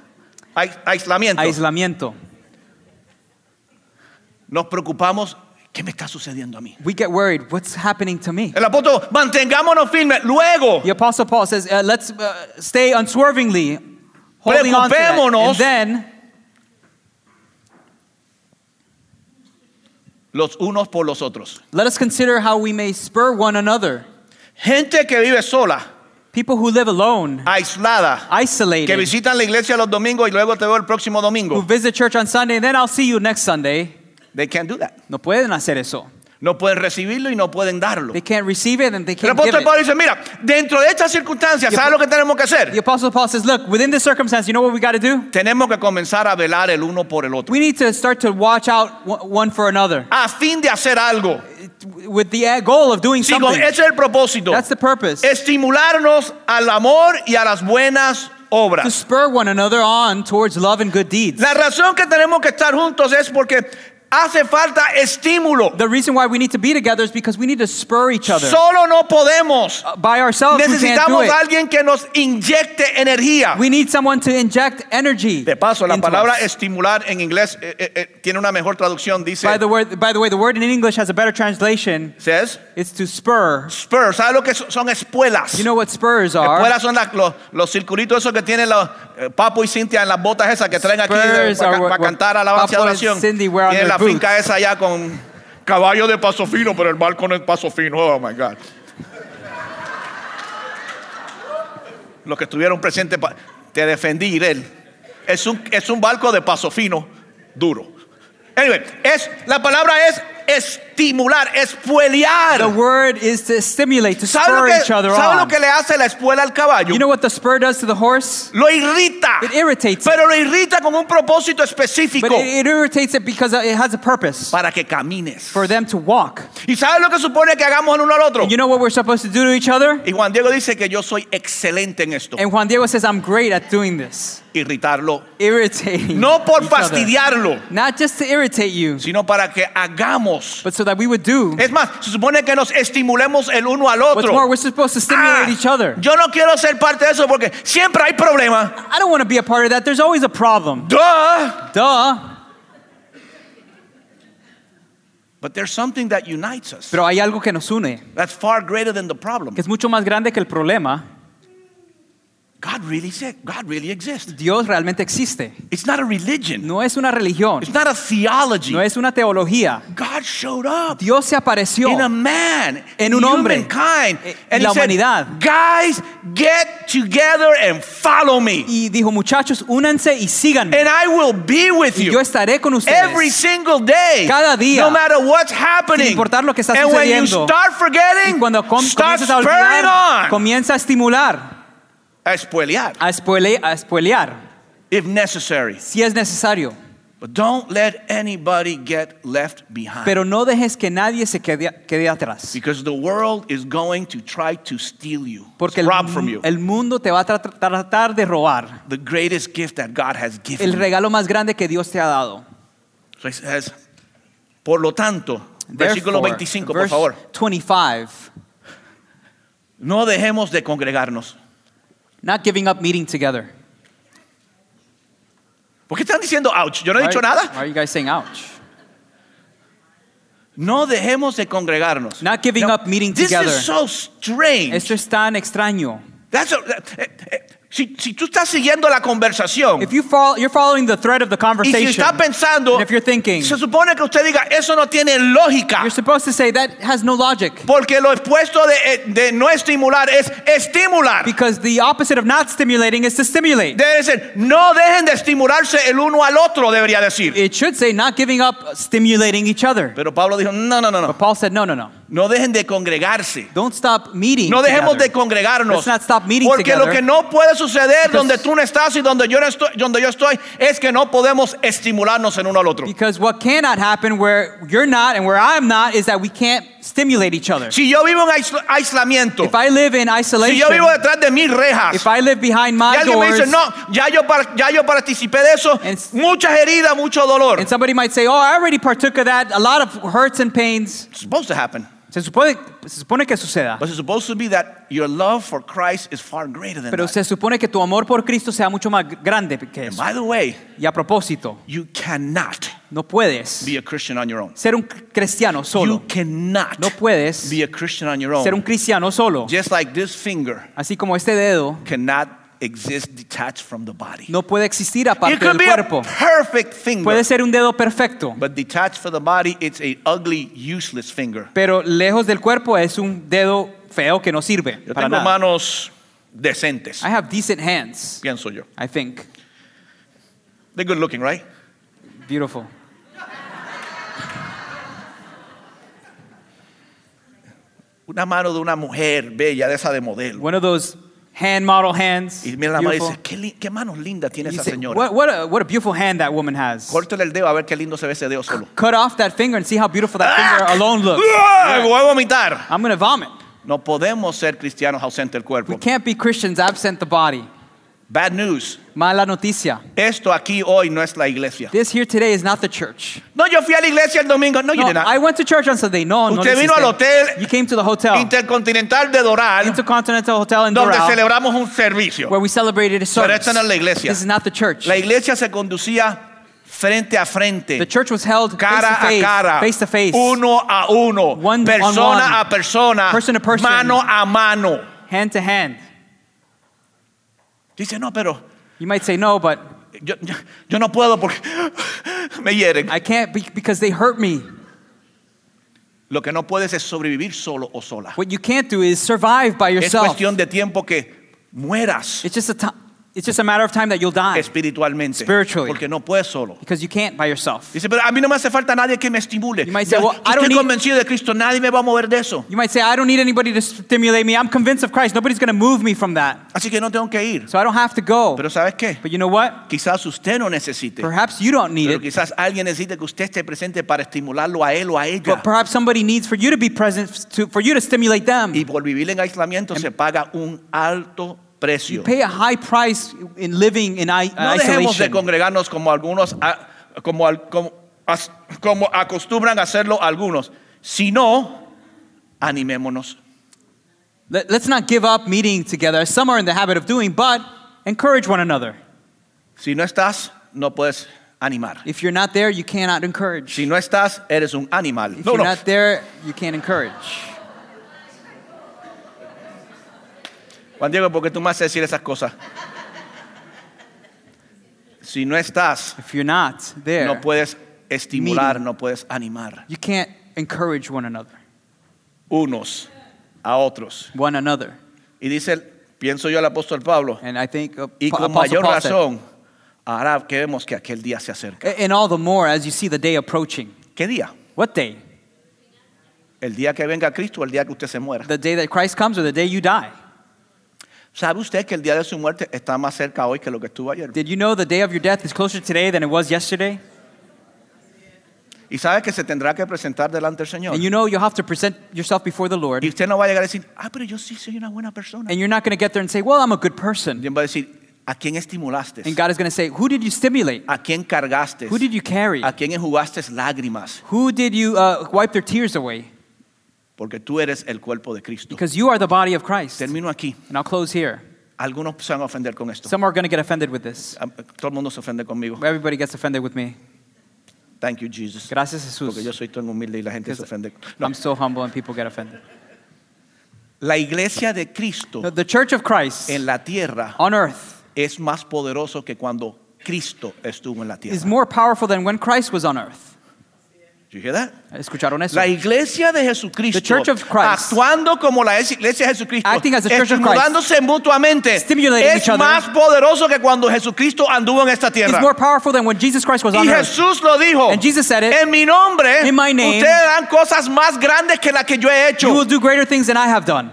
Ai- aislamiento.
aislamiento,
Nos preocupamos, ¿qué me está sucediendo a mí?
we get worried. What's happening to me?
El apóstol, mantengámonos firmes. Luego,
The Apostle Paul says, uh, let's uh, stay unswervingly holding on to that.
Preocupémonos.
And then
los unos por los otros.
let us consider how we may spur one another.
Gente que vive sola,
People who live alone,
aislada, que
isolated,
visitan la iglesia los domingos y luego te veo el próximo
who
domingo.
visit church on Sunday, and then I'll see you next Sunday.
They can't do that.
No pueden hacer eso.
No pueden recibirlo y no pueden darlo.
They can't receive it and they
El
can't give
apóstol
it.
Pablo dice, mira, dentro de estas circunstancias, ¿sabes lo que tenemos que
The
hacer?
Apostle Paul says, look, within this circumstance, you know what we got to do?
Tenemos que comenzar a velar el uno por el otro.
We need to start to watch out o- one for another
A fin de hacer algo.
with the uh, goal of doing
Sigo,
something.
ese es el propósito.
That's the purpose.
Estimularnos al amor y a las buenas
To
obras.
spur one another on towards love and good deeds.
La razón que tenemos que estar juntos es porque hace falta estímulo.
The reason why we need to be together is because we need to spur each other.
Solo no podemos.
Uh, By ourselves, we can't do
Necesitamos
it.
a alguien que nos inyecte energía.
We need someone to inject energy.
De paso, la
into
palabra
us.
estimular en inglés eh, eh, eh, tiene una mejor traducción. Dice,
By the, word, by the way, the word in English has a better translation.
says,
It's to spur.
spurs. ¿Sabes lo que so- son espuelas?
You know what spurs are?
espuelas son las- los, los circulitos esos que tienen los, eh, Papo y Cintia en las botas esas que traen aquí eh,
Spurs are
para,
what- what
cantar alabanza y
Papo and
adoración.
Cindy wear on
Tienen
their
la
boots.
finca esa allá con caballo de paso fino, pero el balcón es paso fino. Oh my God. Los que estuvieron presentes, pa- te defendí, Irel. Es un, es un barco de paso fino, duro. Anyway, es, la palabra es estimular, espuelear.
The word is to stimulate, to
¿Sabe lo,
spur
que,
each other
sabe lo
on.
que le hace la espuela al caballo?
You know what the spur does to the horse?
lo irrita.
It irritates it.
Pero lo irrita con un propósito específico
But it, it irritates it because it has a purpose
para que camines.
for them to walk.
¿Y sabes lo que supone que hagamos el uno al otro?
You know what we're supposed to do to each other?
Y Juan Diego dice que yo soy excelente en esto.
And Juan Diego says, I'm great at doing this.
Irritarlo.
Irritating.
No por
each other.
fastidiarlo,
Not just to irritate you,
sino para que hagamos.
but so that we would do.
Es más, se supone que nos estimulemos el uno al
What's more,
otro.
we're supposed to
Ah,
stimulate each other.
yo no quiero ser parte de eso porque siempre hay problemas.
I don't want to be a part of that. There's always a problem.
Duh.
Duh.
But there's something that unites us.
Pero hay algo que nos une,
That's far greater than the problem.
que es mucho más grande que el problema.
God really said, God really exists.
Dios realmente existe.
It's not a religion.
No es una religión,
It's not a theology.
no es una teología.
God showed up
Dios se apareció
in a man,
En un hombre.
humankind,
En
and
la
he said,
humanidad.
"Guys, get together and follow me,
y dijo, muchachos, únanse y síganme.
and I will be with
Y yo
you
estaré con ustedes.
every single day,
Cada día.
no matter what's happening."
Sin importar lo que está
and when you
sucediendo.
start forgetting,
y cuando com-
start
comienzas a
spurring
olvidar,
on,
comienza a estimular,
a espuelear,
a, spoile- a spoilear,
if necessary.
si es necesario.
But don't let anybody get left behind,
Pero no dejes que nadie se quede, quede atrás.
because the world is going to try to steal you,
Porque el,
rob from you.
el mundo te va a tra- tratar de robar
the greatest gift that God has
el
given. you.
regalo más grande que Dios te ha dado.
So he says, por lo tanto, versículo
Therefore,
25, por
verse
favor,
25,
no dejemos de congregarnos.
not giving up meeting together.
¿Por qué están diciendo ouch? Yo no he
Why-
dicho nada.
Why are you guys saying ouch?
No dejemos de congregarnos.
Not giving
Now,
up meeting
this
together.
is so strange.
Esto es tan extraño.
That's a- that- eh, eh, si, si tú estás siguiendo la conversación
If you follow, you're following the thread of
y
the
si
conversation,
estás pensando,
and if you're thinking,
se supone que usted diga, eso no tiene lógica.
you're supposed to say that has no logic
Porque lo opuesto de, eh, de no estimular es estimular.
because the opposite of not stimulating is to stimulate.
Debe ser, no dejen de estimularse el uno al otro, debería decir.
It should say not giving up stimulating each other.
Pero Pablo dijo, no, no, no, no.
Paul said, no, no, no.
No dejen de congregarse.
Don't stop meeting.
No dejemos
together.
de congregarnos.
Let's not stop meeting
Porque lo
together.
que no puede suceder
Because-
donde tú no estás y donde yo, no estoy, donde yo estoy es que no podemos estimularnos el uno al otro.
Because what cannot happen where you're not and where I'm not is that we can't stimulate each other.
Si yo vivo en aisla- aislamiento,
If I live in
si
isolation,
yo vivo detrás de mis rejas,
if I live
y
behind my
alguien me
doors,
dice, no, ya yo, par- ya yo participé de eso,
And s-
muchas heridas, mucho dolor.
and somebody might say, "Oh, I already partook of that. A lot of hurts and pains."
It's supposed to happen.
Se supone, se supone que suceda.
But it's supposed to be that your love for Christ is far greater than
Pero
that.
se supone que tu amor por Cristo sea mucho más grande que
And
eso.
by the way,
Y a propósito,
you cannot
no puedes
be a Christian on your own.
ser un cristiano
You
solo.
cannot
No puedes
be a Christian on your
ser un
own.
cristiano solo.
Just like this finger
Así como este dedo
cannot exist detached from the body.
no puede existir
It
aparte
could
del
be a
cuerpo.
perfect finger,
Puede ser un dedo perfecto,
but detached from the body, it's a ugly, useless finger.
pero lejos del cuerpo es un dedo feo que no sirve
Yo
para
tengo
nada.
manos decentes,
I have decent hands,
pienso yo.
I think.
They're good looking, right?
Beautiful.
Una mano de una mujer bella, de esa de modelo.
One of those hand model hands.
Y mira la madre y
beautiful.
dice, qué, li- qué manos lindas tiene
You
esa
say,
señora.
what, what, a, what a beautiful hand that woman has.
Córtale el dedo a ver qué lindo se ve ese dedo solo.
Cut off that finger and see how beautiful that
¡Ah!
finger alone looks.
¡Ah! Voy a vomitar.
I'm going to vomit.
No podemos ser cristianos ausentes del
We
cuerpo.
can't be Christians absent the body.
Bad news.
Mala noticia.
Esto aquí hoy no es la iglesia.
This here today is not the church.
No, yo fui a la iglesia el domingo. No,
No,
yo
I went to church on Sunday. No, no.
Usted
lo
vino al
hiciste.
hotel
You came to the hotel.
Intercontinental de Doral,
Intercontinental Hotel in
donde
Doral,
celebramos un servicio.
where we celebrated
Pero
a service.
esta no es la iglesia.
This is not the church.
La iglesia se conducía frente a
The
frente,
church was held
cara a
face to face,
cara,
face to face,
uno a uno,
One on one.
persona a persona,
Person to person.
mano a mano.
hand to hand.
Dice, no, pero
You might say no, but
yo, yo- yo no puedo porque me hieren.
I can't be, because they hurt me.
Lo que no puedes es sobrevivir solo o sola.
What you can't do is survive by
Es
yourself.
cuestión de tiempo que mueras
It's just a ti- It's just a matter of time that you'll die
espiritualmente,
Spiritually.
porque no puedes solo.
because you can't by yourself.
Dice, pero a mí no me hace falta nadie que me estimule.
You might
Yo-
say, well,
yo
I don't
estoy
need-
convencido de Cristo, nadie me va a mover de eso.
You might say, I don't need anybody to stimulate me. I'm convinced of Christ. Nobody's going to move me from that.
Así que no tengo que ir.
So I don't have to go.
Pero ¿sabes qué?
But you know what?
Quizás usted no necesite.
Perhaps you don't need
Pero
it.
quizás alguien necesite que usted esté presente para estimularlo a él o a ella.
But perhaps somebody needs for you to be present, to, for you to stimulate them.
Y por vivir en aislamiento se paga un alto
You
precio.
pay a high price in living in i-
No dejemos de
isolation.
congregarnos como algunos, ah, como, al- como, as- como acostumbran a hacerlo algunos. Si no, animémonos.
Let, us not give up meeting together, as some are in the habit of doing, but encourage one another.
Si no estás, no puedes animar.
If you're not there, you cannot encourage.
Si no estás, eres un animal.
If
No,
you're
no.
not there, you can't encourage.
Juan Diego, ¿por qué tú me haces decir esas cosas? Si no estás,
If you're not there,
no puedes estimular,
Meeting.
no puedes animar
you can't encourage one another.
unos a otros.
One another.
Y dice, el- pienso yo al apóstol Pablo,
And I think uh,
y
Pa-
con
Apostle
mayor
Paul said,
razón, ahora que vemos que aquel día se acerca.
"A- and all the more as you see the day approaching.
¿Qué día?
What day?
¿El día que venga Cristo o el día que usted se muera?
The day that Christ comes or the day you die?
¿Sabe usted que el día de su muerte está más cerca hoy que lo que estuvo ayer?
Did you know the day of your death is closer today than it was yesterday?
Y sabe que se tendrá que presentar delante del Señor.
And you know you'll have to present yourself before the
Y
Lord.
usted no va a llegar a decir, ah, pero yo sí soy una buena persona.
And you're not going to get there and say, Well, I'm a good person.
Alguien va a decir, ¿a quién estimulaste?
And God is going to say, Who did you stimulate?
¿A quién cargaste?
Who did you carry?
¿A quién enjugaste lágrimas?
Who did you uh, wipe their tears away?
Porque tú eres el cuerpo de Cristo.
Because you are the body of Christ. And
Termino aquí.
I'll close here.
Algunos se van a ofender con esto.
Some are going to get offended with this.
Am- Todo el mundo se ofende conmigo.
Everybody gets offended with me.
Thank you, Jesus.
Gracias,
Porque yo
Jesús.
soy tan humilde y la gente se
Because
ofende. No.
I'm so humble and people get offended.
La iglesia de Cristo
No, The church of Christ
en la tierra
on earth
es más poderoso que cuando Cristo estuvo en la
is
tierra.
more powerful than when Christ was on earth.
You hear that?
¿Escucharon eso?
La iglesia de Jesucristo
The Church of Christ.
actuando como la es- iglesia de Jesucristo,
Acting as the Church of Christ.
estimulándose mutuamente,
Stimulating
es
each other.
más poderoso que cuando Jesucristo anduvo en esta tierra.
It's more powerful than when Jesus Christ was
Y
on earth.
Jesús lo dijo.
And Jesus said it.
en mi nombre,
In my name.
ustedes harán cosas más grandes que las que yo he
You will
hecho.
do greater things than I have done.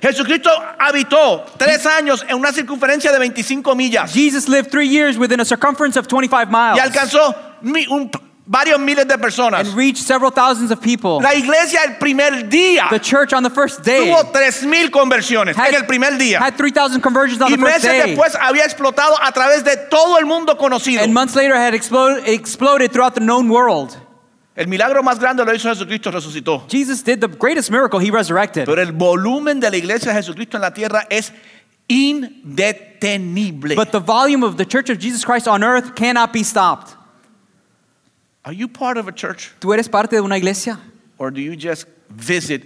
Jesucristo habitó tres años en una circunferencia de 25 millas
Jesus lived three years within a circumference of 25
y
miles
alcanzó mi- un- varios miles de personas.
and reached several thousands of people.
La iglesia el primer día
The church on the first day
tuvo 3.000 conversiones
had,
en el primer día.
had 3,000 conversions on
Y
the first
meses
day.
después había explotado a través de todo el mundo conocido.
And months later had explo- exploded throughout the known world.
El milagro más grande lo hizo Jesucristo, resucitó.
Jesus did the greatest miracle. He resurrected.
Pero el volumen de la iglesia de Jesucristo en la tierra es indetenible.
But the volume of the church of Jesus Christ on earth cannot be stopped.
Are you part of a church
¿Tú eres parte de una iglesia?
or do you just visit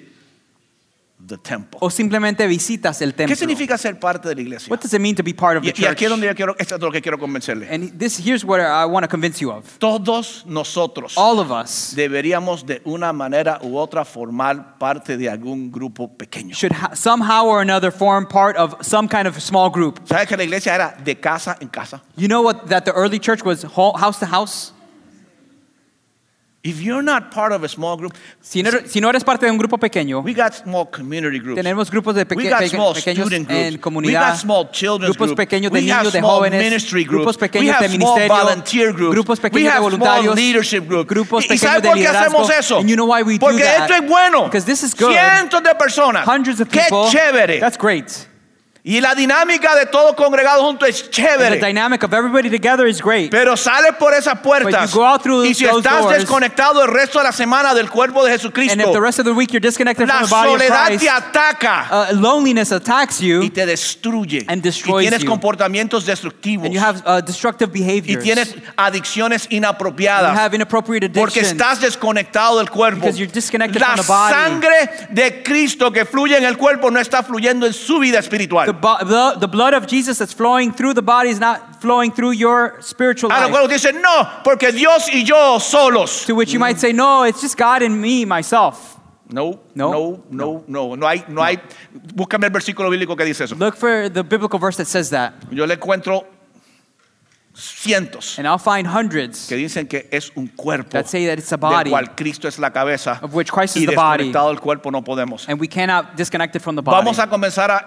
the temple?
¿O simplemente visitas el
¿Qué
templo?
significa ser parte de la iglesia?
What does it mean to be part of the
Y, y
church?
aquí es donde yo quiero, esto es lo que quiero convencerle.
And this here's what I want to convince you of.
Todos nosotros
All of us
deberíamos de una manera u otra formar parte de algún grupo pequeño.
should ha- somehow or another form part of some kind of small group.
¿Sabes que la iglesia era de casa en casa?
You know what? That the early church was ho- house to house.
If you're not part of a small group,
Si no, si no eres parte de un grupo pequeño,
we got small community groups.
tenemos grupos de peque-
We got
peque-
small
pequeños
student
en
groups. We
comunidad,
got small children's
grupos
groups.
pequeños de
We have
niños, de
small
jóvenes,
ministry
grupos
groups. We
pequeños de
have small
ministerio,
volunteer groups.
grupos
We
pequeños de
have small
voluntarios,
leadership groups.
grupos
¿Y- ¿Y sabes
pequeños de
por qué hacemos
liderazgo.
eso?
And you know why we do
Porque
that?
esto es bueno.
Because this is good.
Cientos de personas.
hundreds of
Ah, qué
people.
chévere.
That's great.
Y la dinámica de todos congregados juntos es
And the
chévere.
dynamic of everybody together is great.
Pero sales por esas puertas
But you go out through
y si
those
estás
doors.
desconectado el resto de la semana del cuerpo de
And if the
Jesucristo,
rest of the week you're disconnected from
la
the body of
soledad
Christ,
te ataca
uh, loneliness attacks
y
you,
te destruye.
And
Y
destroys
tienes
you.
comportamientos destructivos
and you have uh, destructive
y
behaviors.
tienes adicciones
you
inapropiadas.
have inappropriate
Porque
addictions.
estás desconectado del cuerpo.
Because you're disconnected
La
from the body.
sangre de Cristo que fluye en el cuerpo no está fluyendo en su vida
The,
espiritual.
bo- the, the blood of Jesus that's flowing through the body is not flowing through your spiritual
A Ah, lo
life.
cual dicen, no, porque Dios y yo solos.
To which you might say, no, it's just God and me, myself.
No,
No,
no, no, no. No hay, no hay. Búscame el versículo bíblico que dice eso.
Look for the biblical verse that says that,
Yo le encuentro cientos
and I'll find hundreds
que dicen que es un cuerpo
that say that it's a
del
body,
cual Cristo es la cabeza
of which Christ
y
is the body.
desconectado del cuerpo no podemos.
and we cannot disconnect it from the body.
Vamos a comenzar a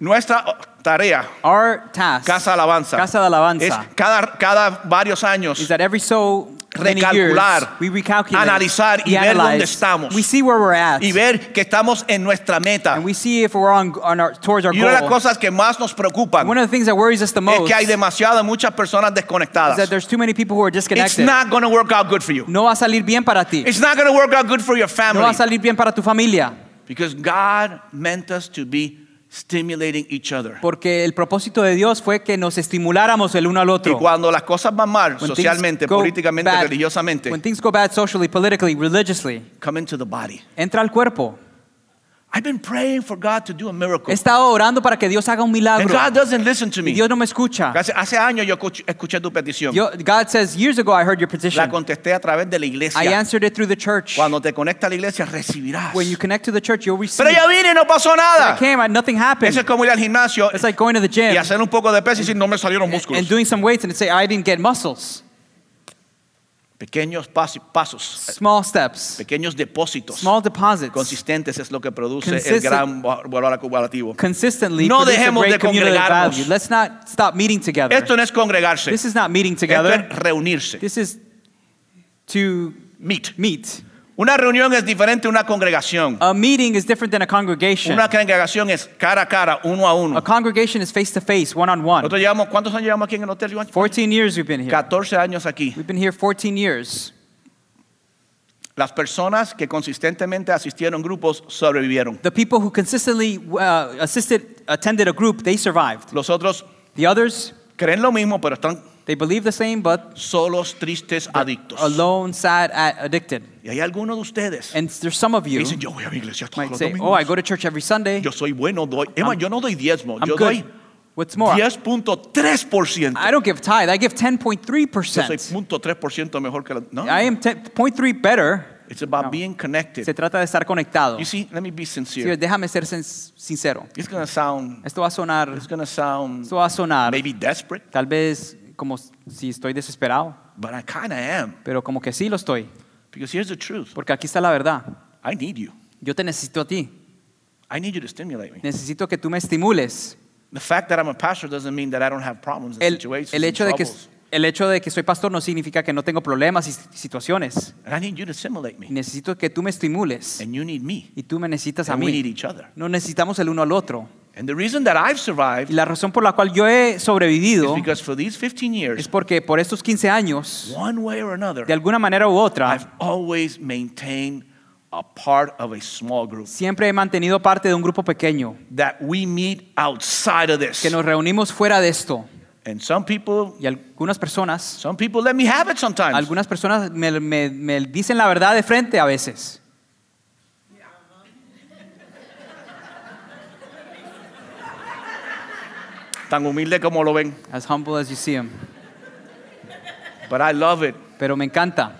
nuestra tarea
Our task
Casa Alabanza.
Casa de Alabanza.
Es cada, cada varios años
is that every so many years,
Recalcular,
we recalculate,
analizar y
we
ver dónde
analyze,
estamos.
we see where we're at,
y ver que estamos en nuestra meta.
and we see if we're on, on our, towards our
Y
goal.
una de las cosas que más nos preocupan
One of the things that worries us the
es
most
que hay demasiadas, muchas personas
is that
desconectadas.
there's too many people who are
It's
disconnected.
not going to work out good for you.
No va a salir bien para ti.
It's not going to work out good for your
No va
family.
a salir bien para tu familia.
Because God meant us to be stimulating each other.
Porque el propósito de Dios fue que nos estimuláramos el uno al
Y
otro.
cuando las cosas van mal,
When things
socialmente,
go
políticamente,
bad-
religiosamente,
When things go bad socially, politically, religiously,
come into the body.
entra al cuerpo.
I've been praying for God to do a miracle.
He estado orando para que Dios haga un
And
milagro.
God doesn't listen to
Y
me.
Dios no me escucha.
Hace, hace años yo escuch- escuché tu petición.
Yo- God says, years ago I heard your
La
petition.
contesté a través de la
I
iglesia.
answered it through the church.
Cuando te conectas a la iglesia recibirás.
When you connect to the church, you'll receive.
Pero yo vine y no pasó
I
nada.
came, I, nothing happened.
Eso es como ir al gimnasio
It's like going to the gym
y hacer un poco de peso y decir no me salieron
and,
músculos.
and doing some weights and say, I didn't get muscles.
Pequeños pas- pasos,
Small steps,
pequeños depósitos
small deposits.
consistentes es lo que produce el
Consistent.
gran va- valor acumulativo.
Consistently
No
produce a
dejemos
great
de
community of
congregarnos.
value. Let's not stop meeting together.
Esto no es congregarse,
This is not meeting
esto
together.
es reunirse.
This is to
Meet.
meet.
Una reunión es diferente a una congregación.
A meeting is different than a congregation.
Una congregación es cara a cara, uno a uno.
A congregation is face to face, one on one.
Nosotros llevamos, ¿cuántos años llevamos aquí en el hotel, Iván?
14 years we've been here.
14 años aquí.
We've been here 14 years.
Las personas que consistentemente asistieron grupos sobrevivieron.
The people who consistently uh, assisted, attended a group, they survived.
Los otros
The others,
creen lo mismo, pero están
they believe the same, but
solos, tristes, adictos.
alone, sad, a- addicted.
Y hay algunos de ustedes
And there's some of
que
you
dicen, yo voy a mi iglesia todos
might
los
say,
domingos.
"Oh, I go to church every Sunday.
yo soy bueno, doy. Emma,
I'm-
yo no doy diezmo,
I'm
yo
good
doy
What's more,
10.3%.
I don't give tithe. I give
Yo soy
10.3%.
0.3% mejor que la. No.
I am 10.3 better.
It's about being connected.
Se trata de estar conectado.
You see, let me be
Sí,
sincere.
déjame ser sin- sincero.
It's gonna sound.
Esto va a sonar,
It's gonna sound
esto va a sonar
maybe desperate,
tal vez como si estoy desesperado,
but I kind of am
pero como que sí lo estoy,
because here's the truth.
porque aquí está la verdad.
I need you.
Yo te necesito a ti.
I need you to stimulate me.
Necesito que tú me estimules.
The fact that I'm a pastor doesn't mean that I don't have problems and
El,
situations
el
and
hecho de que,
troubles.
el hecho de que soy pastor no significa que no tengo problemas y situaciones.
And I need you to stimulate me.
Necesito que tú me estimules
And you need me.
y tú me necesitas a
And we need
mí.
each other.
No necesitamos el uno al otro.
And the reason that I've
Y
survived
la razón por la cual yo he
is
sobrevivido
because for these 15
es
years,
porque por estos 15 años,
one way or another,
de alguna manera u
I've
otra,
always maintained a part of a small group
siempre he mantenido parte de un grupo pequeño,
that we meet outside of this.
que nos reunimos fuera de esto.
And some people,
Y algunas personas,
some people let me have it sometimes.
algunas personas me, me- me dicen la verdad de frente a veces.
Tan humilde como lo ven.
As humble as you see 'em.
But I love it
Pero me encanta,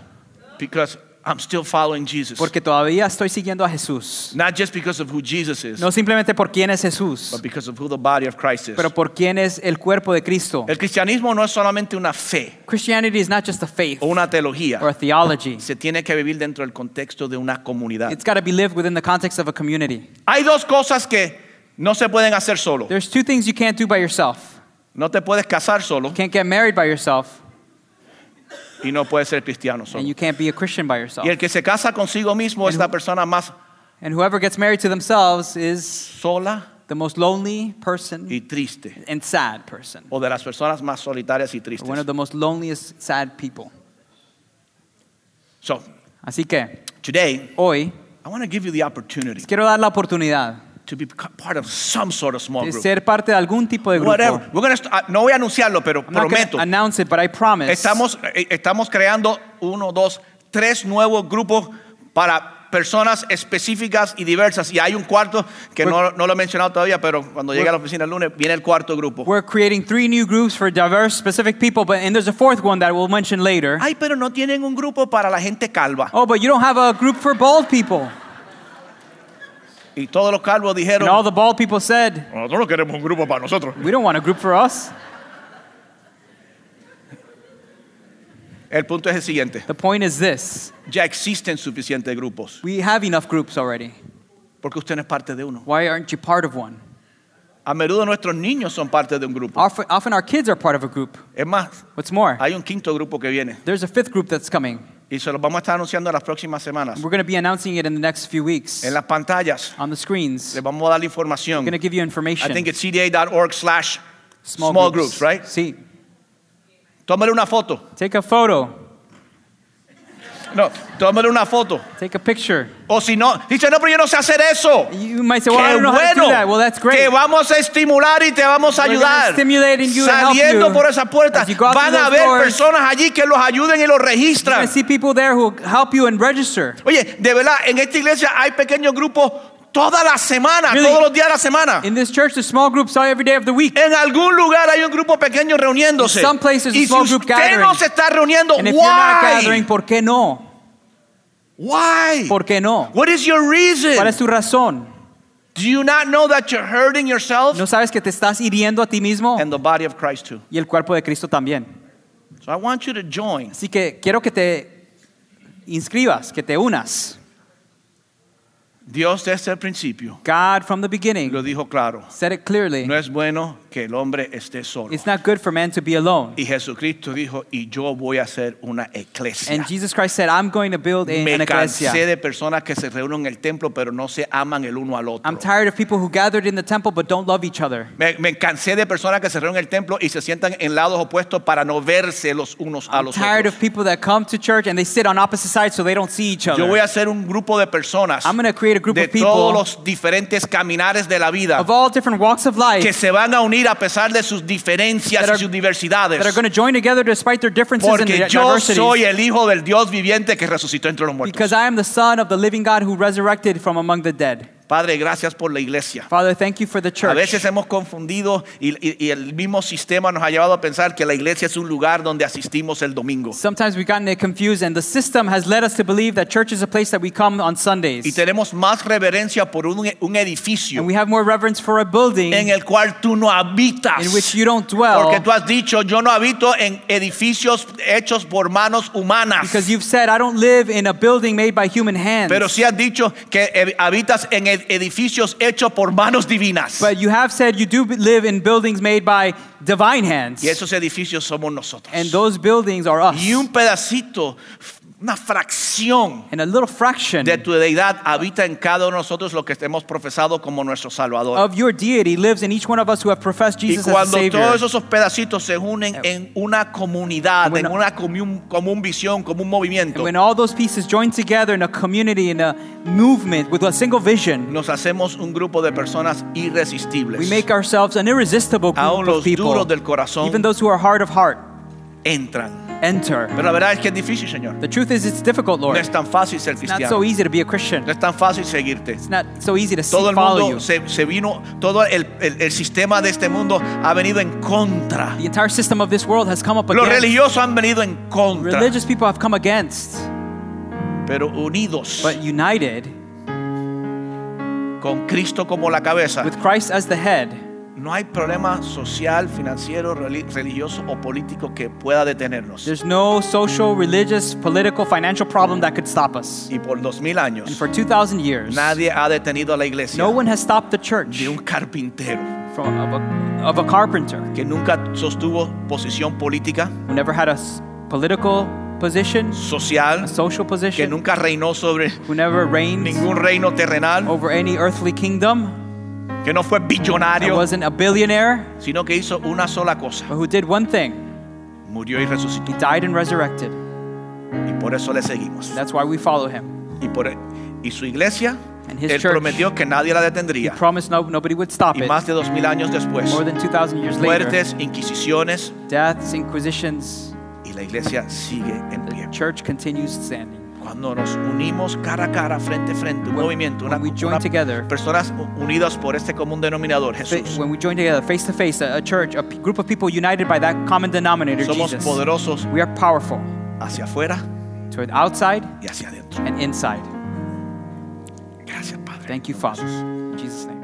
because I'm still following Jesus.
porque todavía estoy siguiendo a Jesús.
Not just because of who Jesus is,
No simplemente por quién es Jesús,
but because of who the body of Christ is.
pero por quién es el cuerpo de Cristo.
El cristianismo no es solamente una fe
Christianity is not just a faith
o una teología.
or a theology.
Se tiene que vivir dentro del contexto de una comunidad.
It's got to be lived within the context of a community.
Hay dos cosas que no se pueden hacer solo.
There's two things you can't do by yourself.
No te puedes casar solo
You can't get married by yourself,
y no puedes ser cristiano
and
solo.
you can't be a Christian by yourself.
Y el que se casa consigo mismo es la persona más
And whoever gets married to themselves is
sola
the most lonely person
y triste
and sad person.
o de las personas más solitarias y
One
tristes.
of the most loneliest, sad people.
So,
Así que
today
hoy
I want to give you the opportunity
les quiero dar la oportunidad
to be part of some sort of small
de
group.
ser parte de algún tipo de grupo.
Whatever. We're gonna st- ah, no voy a anunciarlo, pero
I'm not gonna
prometo.
announce it, but I promise.
Estamos, eh, estamos creando uno, dos, tres nuevos grupos para personas específicas y diversas. Y hay un cuarto que no, no lo he mencionado todavía, pero cuando llegue a la oficina el lunes viene el cuarto grupo.
We're creating three new groups for diverse, specific people, but and there's a fourth one that we'll mention later.
Ay, pero no tienen un grupo para la gente calva.
oh, but you don't have a group for bald people.
Y todos los calvos
And all
dijeron,
the bald people said,
nosotros no queremos un grupo para nosotros.
"We don't want a group for us."
El punto es el siguiente,
The point is this:
ya existen suficientes grupos,
we have enough groups already.
porque usted no es parte de uno.
Why aren't you part of one?
A menudo nuestros niños son parte de un grupo.
Often, often our kids are part of a group.
Es más,
What's more,
hay un quinto grupo que viene
there's a fifth group that's coming.
y se los vamos a estar anunciando en las próximas semanas.
We're going to be announcing it in the next few weeks
En las pantallas
on the screens.
Les
We're
vamos a dar la información.
going to give you information.
I think it's cda.org slash small, groups. right?
See,
Tómale una foto.
take a photo,
No, tómale una foto.
take a picture.
O si no, dice, no, pero yo no sé hacer eso.
You might say,
Qué
"Well, I don't know how to do that."
bueno.
Well, that's
Te
great.
vamos a estimular y te vamos a
We're gonna
ayudar.
stimulate and you and help
Saliendo
you.
por esa puerta,
As you go out
van
through
a
those
haber
doors,
personas allí que los ayuden y los registran.
I see people there who help you and register.
Oye, de verdad, en esta iglesia hay pequeños grupos toda la semana,
Really?
todos los días de la semana.
In this church, the small groups are every day of the week.
En algún lugar hay un grupo pequeño reuniéndose.
In some places, a
y si
small group
usted no
gathering.
se está reuniendo,
And if you're not gathering,
why?
¿por qué no?
Why?
¿Por qué no?
What is your reason?
¿Cuál es tu razón?
Do you not know that you're hurting yourself
¿No sabes que te estás hiriendo a ti mismo
and the body of Christ too?
y el cuerpo de Cristo también?
So I want you to join.
Así que quiero que te inscribas, que te unas.
Dios desde el principio
God from the
lo
beginning
dijo claro.
said it clearly.
No es bueno que el hombre esté solo.
It's not good for man to be alone.
Y Jesucristo dijo, y yo voy a hacer una
And
iglesia.
Jesus Christ said, I'm going to build a, an
Me cansé
ecclesia.
de personas que se reúnen en el templo pero no se aman el uno al otro.
I'm tired of people who gathered in the temple but don't love each other.
Me, me cansé de personas que se reúnen en el templo y se sientan en lados opuestos para no verse los unos a
I'm
los
tired
otros.
of people that come to church and they sit on opposite sides so they don't see each
Yo voy
other.
a hacer un grupo de personas
I'm going to create a group
de
of
todos
people
los diferentes caminares de la vida
of all different walks of
que
life
se van a unir a pesar de sus diferencias
That
y
are-
sus
that are
diversidades.
going to join together despite their differences and
Porque
their
yo soy
diversities.
el Hijo del Dios viviente que resucitó entre los muertos.
Because I am the Son of the living God who resurrected from among the dead.
Padre, gracias por la iglesia.
Father, thank you for the
A
church.
veces hemos confundido y, y- y el mismo sistema nos ha llevado a pensar que la iglesia es un lugar donde asistimos el domingo.
Sometimes we've gotten it confused, and the system has led us to believe that church is a place that we come on
Y
Sundays.
tenemos más reverencia por un, un
And
edificio
we have more reverence for a building
en el cual tú no habitas.
in which you don't dwell.
Porque tú has dicho, yo no habito en edificios hechos por manos humanas.
Because you've said, I don't live in a building made by human hands.
Pero sí has dicho que eh, habitas en ed- edificios hechos por manos divinas.
But you have said you do live in buildings made by divine hands.
Y esos edificios somos nosotros.
And those buildings are us.
Y un pedacito, una fracción
and a little fraction
de tu deidad habita en cada uno de nosotros lo que hemos profesado como nuestro Salvador.
of your deity lives in each one of us who have professed
Y
Jesus as a
cuando
Savior.
todos esos pedacitos se unen en una comunidad, en
When-
una común, común visión, común
and
movimiento,
when all those pieces join together in a community, in a movement with a single vision,
nos hacemos un grupo de personas irresistibles.
we make ourselves an irresistible group
Aún los
of people.
duros del corazón
Even those who are hard of heart
Entran.
enter.
Pero la verdad es que es difícil, Señor.
The truth is, it's difficult,
No
Lord.
es tan fácil ser
It's not
cristiano.
so easy to be a Christian.
No es tan fácil seguirte.
It's not so easy to see,
Todo el
follow you.
mundo se, se vino, todo el, el- el sistema de este mundo ha venido en contra.
The entire system of this world has come up
Los
against.
religiosos han venido en contra.
Religious people have come against,
Pero unidos
but united
con Cristo como la cabeza,
with Christ as the head,
no hay problema social, financiero, reli- religioso o político que pueda detenernos.
there's no social, religious, political, financial problem that could stop us.
Y por dos mil
And
años,
for 2,000 years,
nadie ha detenido a la iglesia
no one has stopped the church
de un carpintero
from, of, a, of a carpenter
que nunca sostuvo posición política,
who never had a s- political position,
social,
a social
que
position,
nunca reinó sobre
who never reigned
ningún reino terrenal,
over any earthly kingdom,
que no fue
and
billonario,
wasn't a billionaire,
sino que hizo una sola cosa,
but who did one thing
murió y resucitó.
he died and resurrected.
Y por eso le seguimos.
That's why we follow him.
Y, por, y su iglesia,
And his
él
church.
prometió que nadie la
He
detendría.
promised no, nobody would stop
Y
it.
más de dos mil años después,
More than 2,000 years later,
muertes, inquisiciones,
deaths, inquisitions,
y la iglesia sigue en
the
pie.
church continues standing.
Cuando nos unimos cara a cara, frente a frente, un
When-
movimiento, una,
when we join
una-
together.
personas unidas por este común denominador,
Fa-
Jesús.
When we join together face to face, a a church, a p- group of people united by that common denominator,
Somos
Jesus,
poderosos
we are powerful
hacia afuera
toward outside
y hacia adentro.
and inside.
Gracias, Padre.
Thank you, Father. In Jesus' name.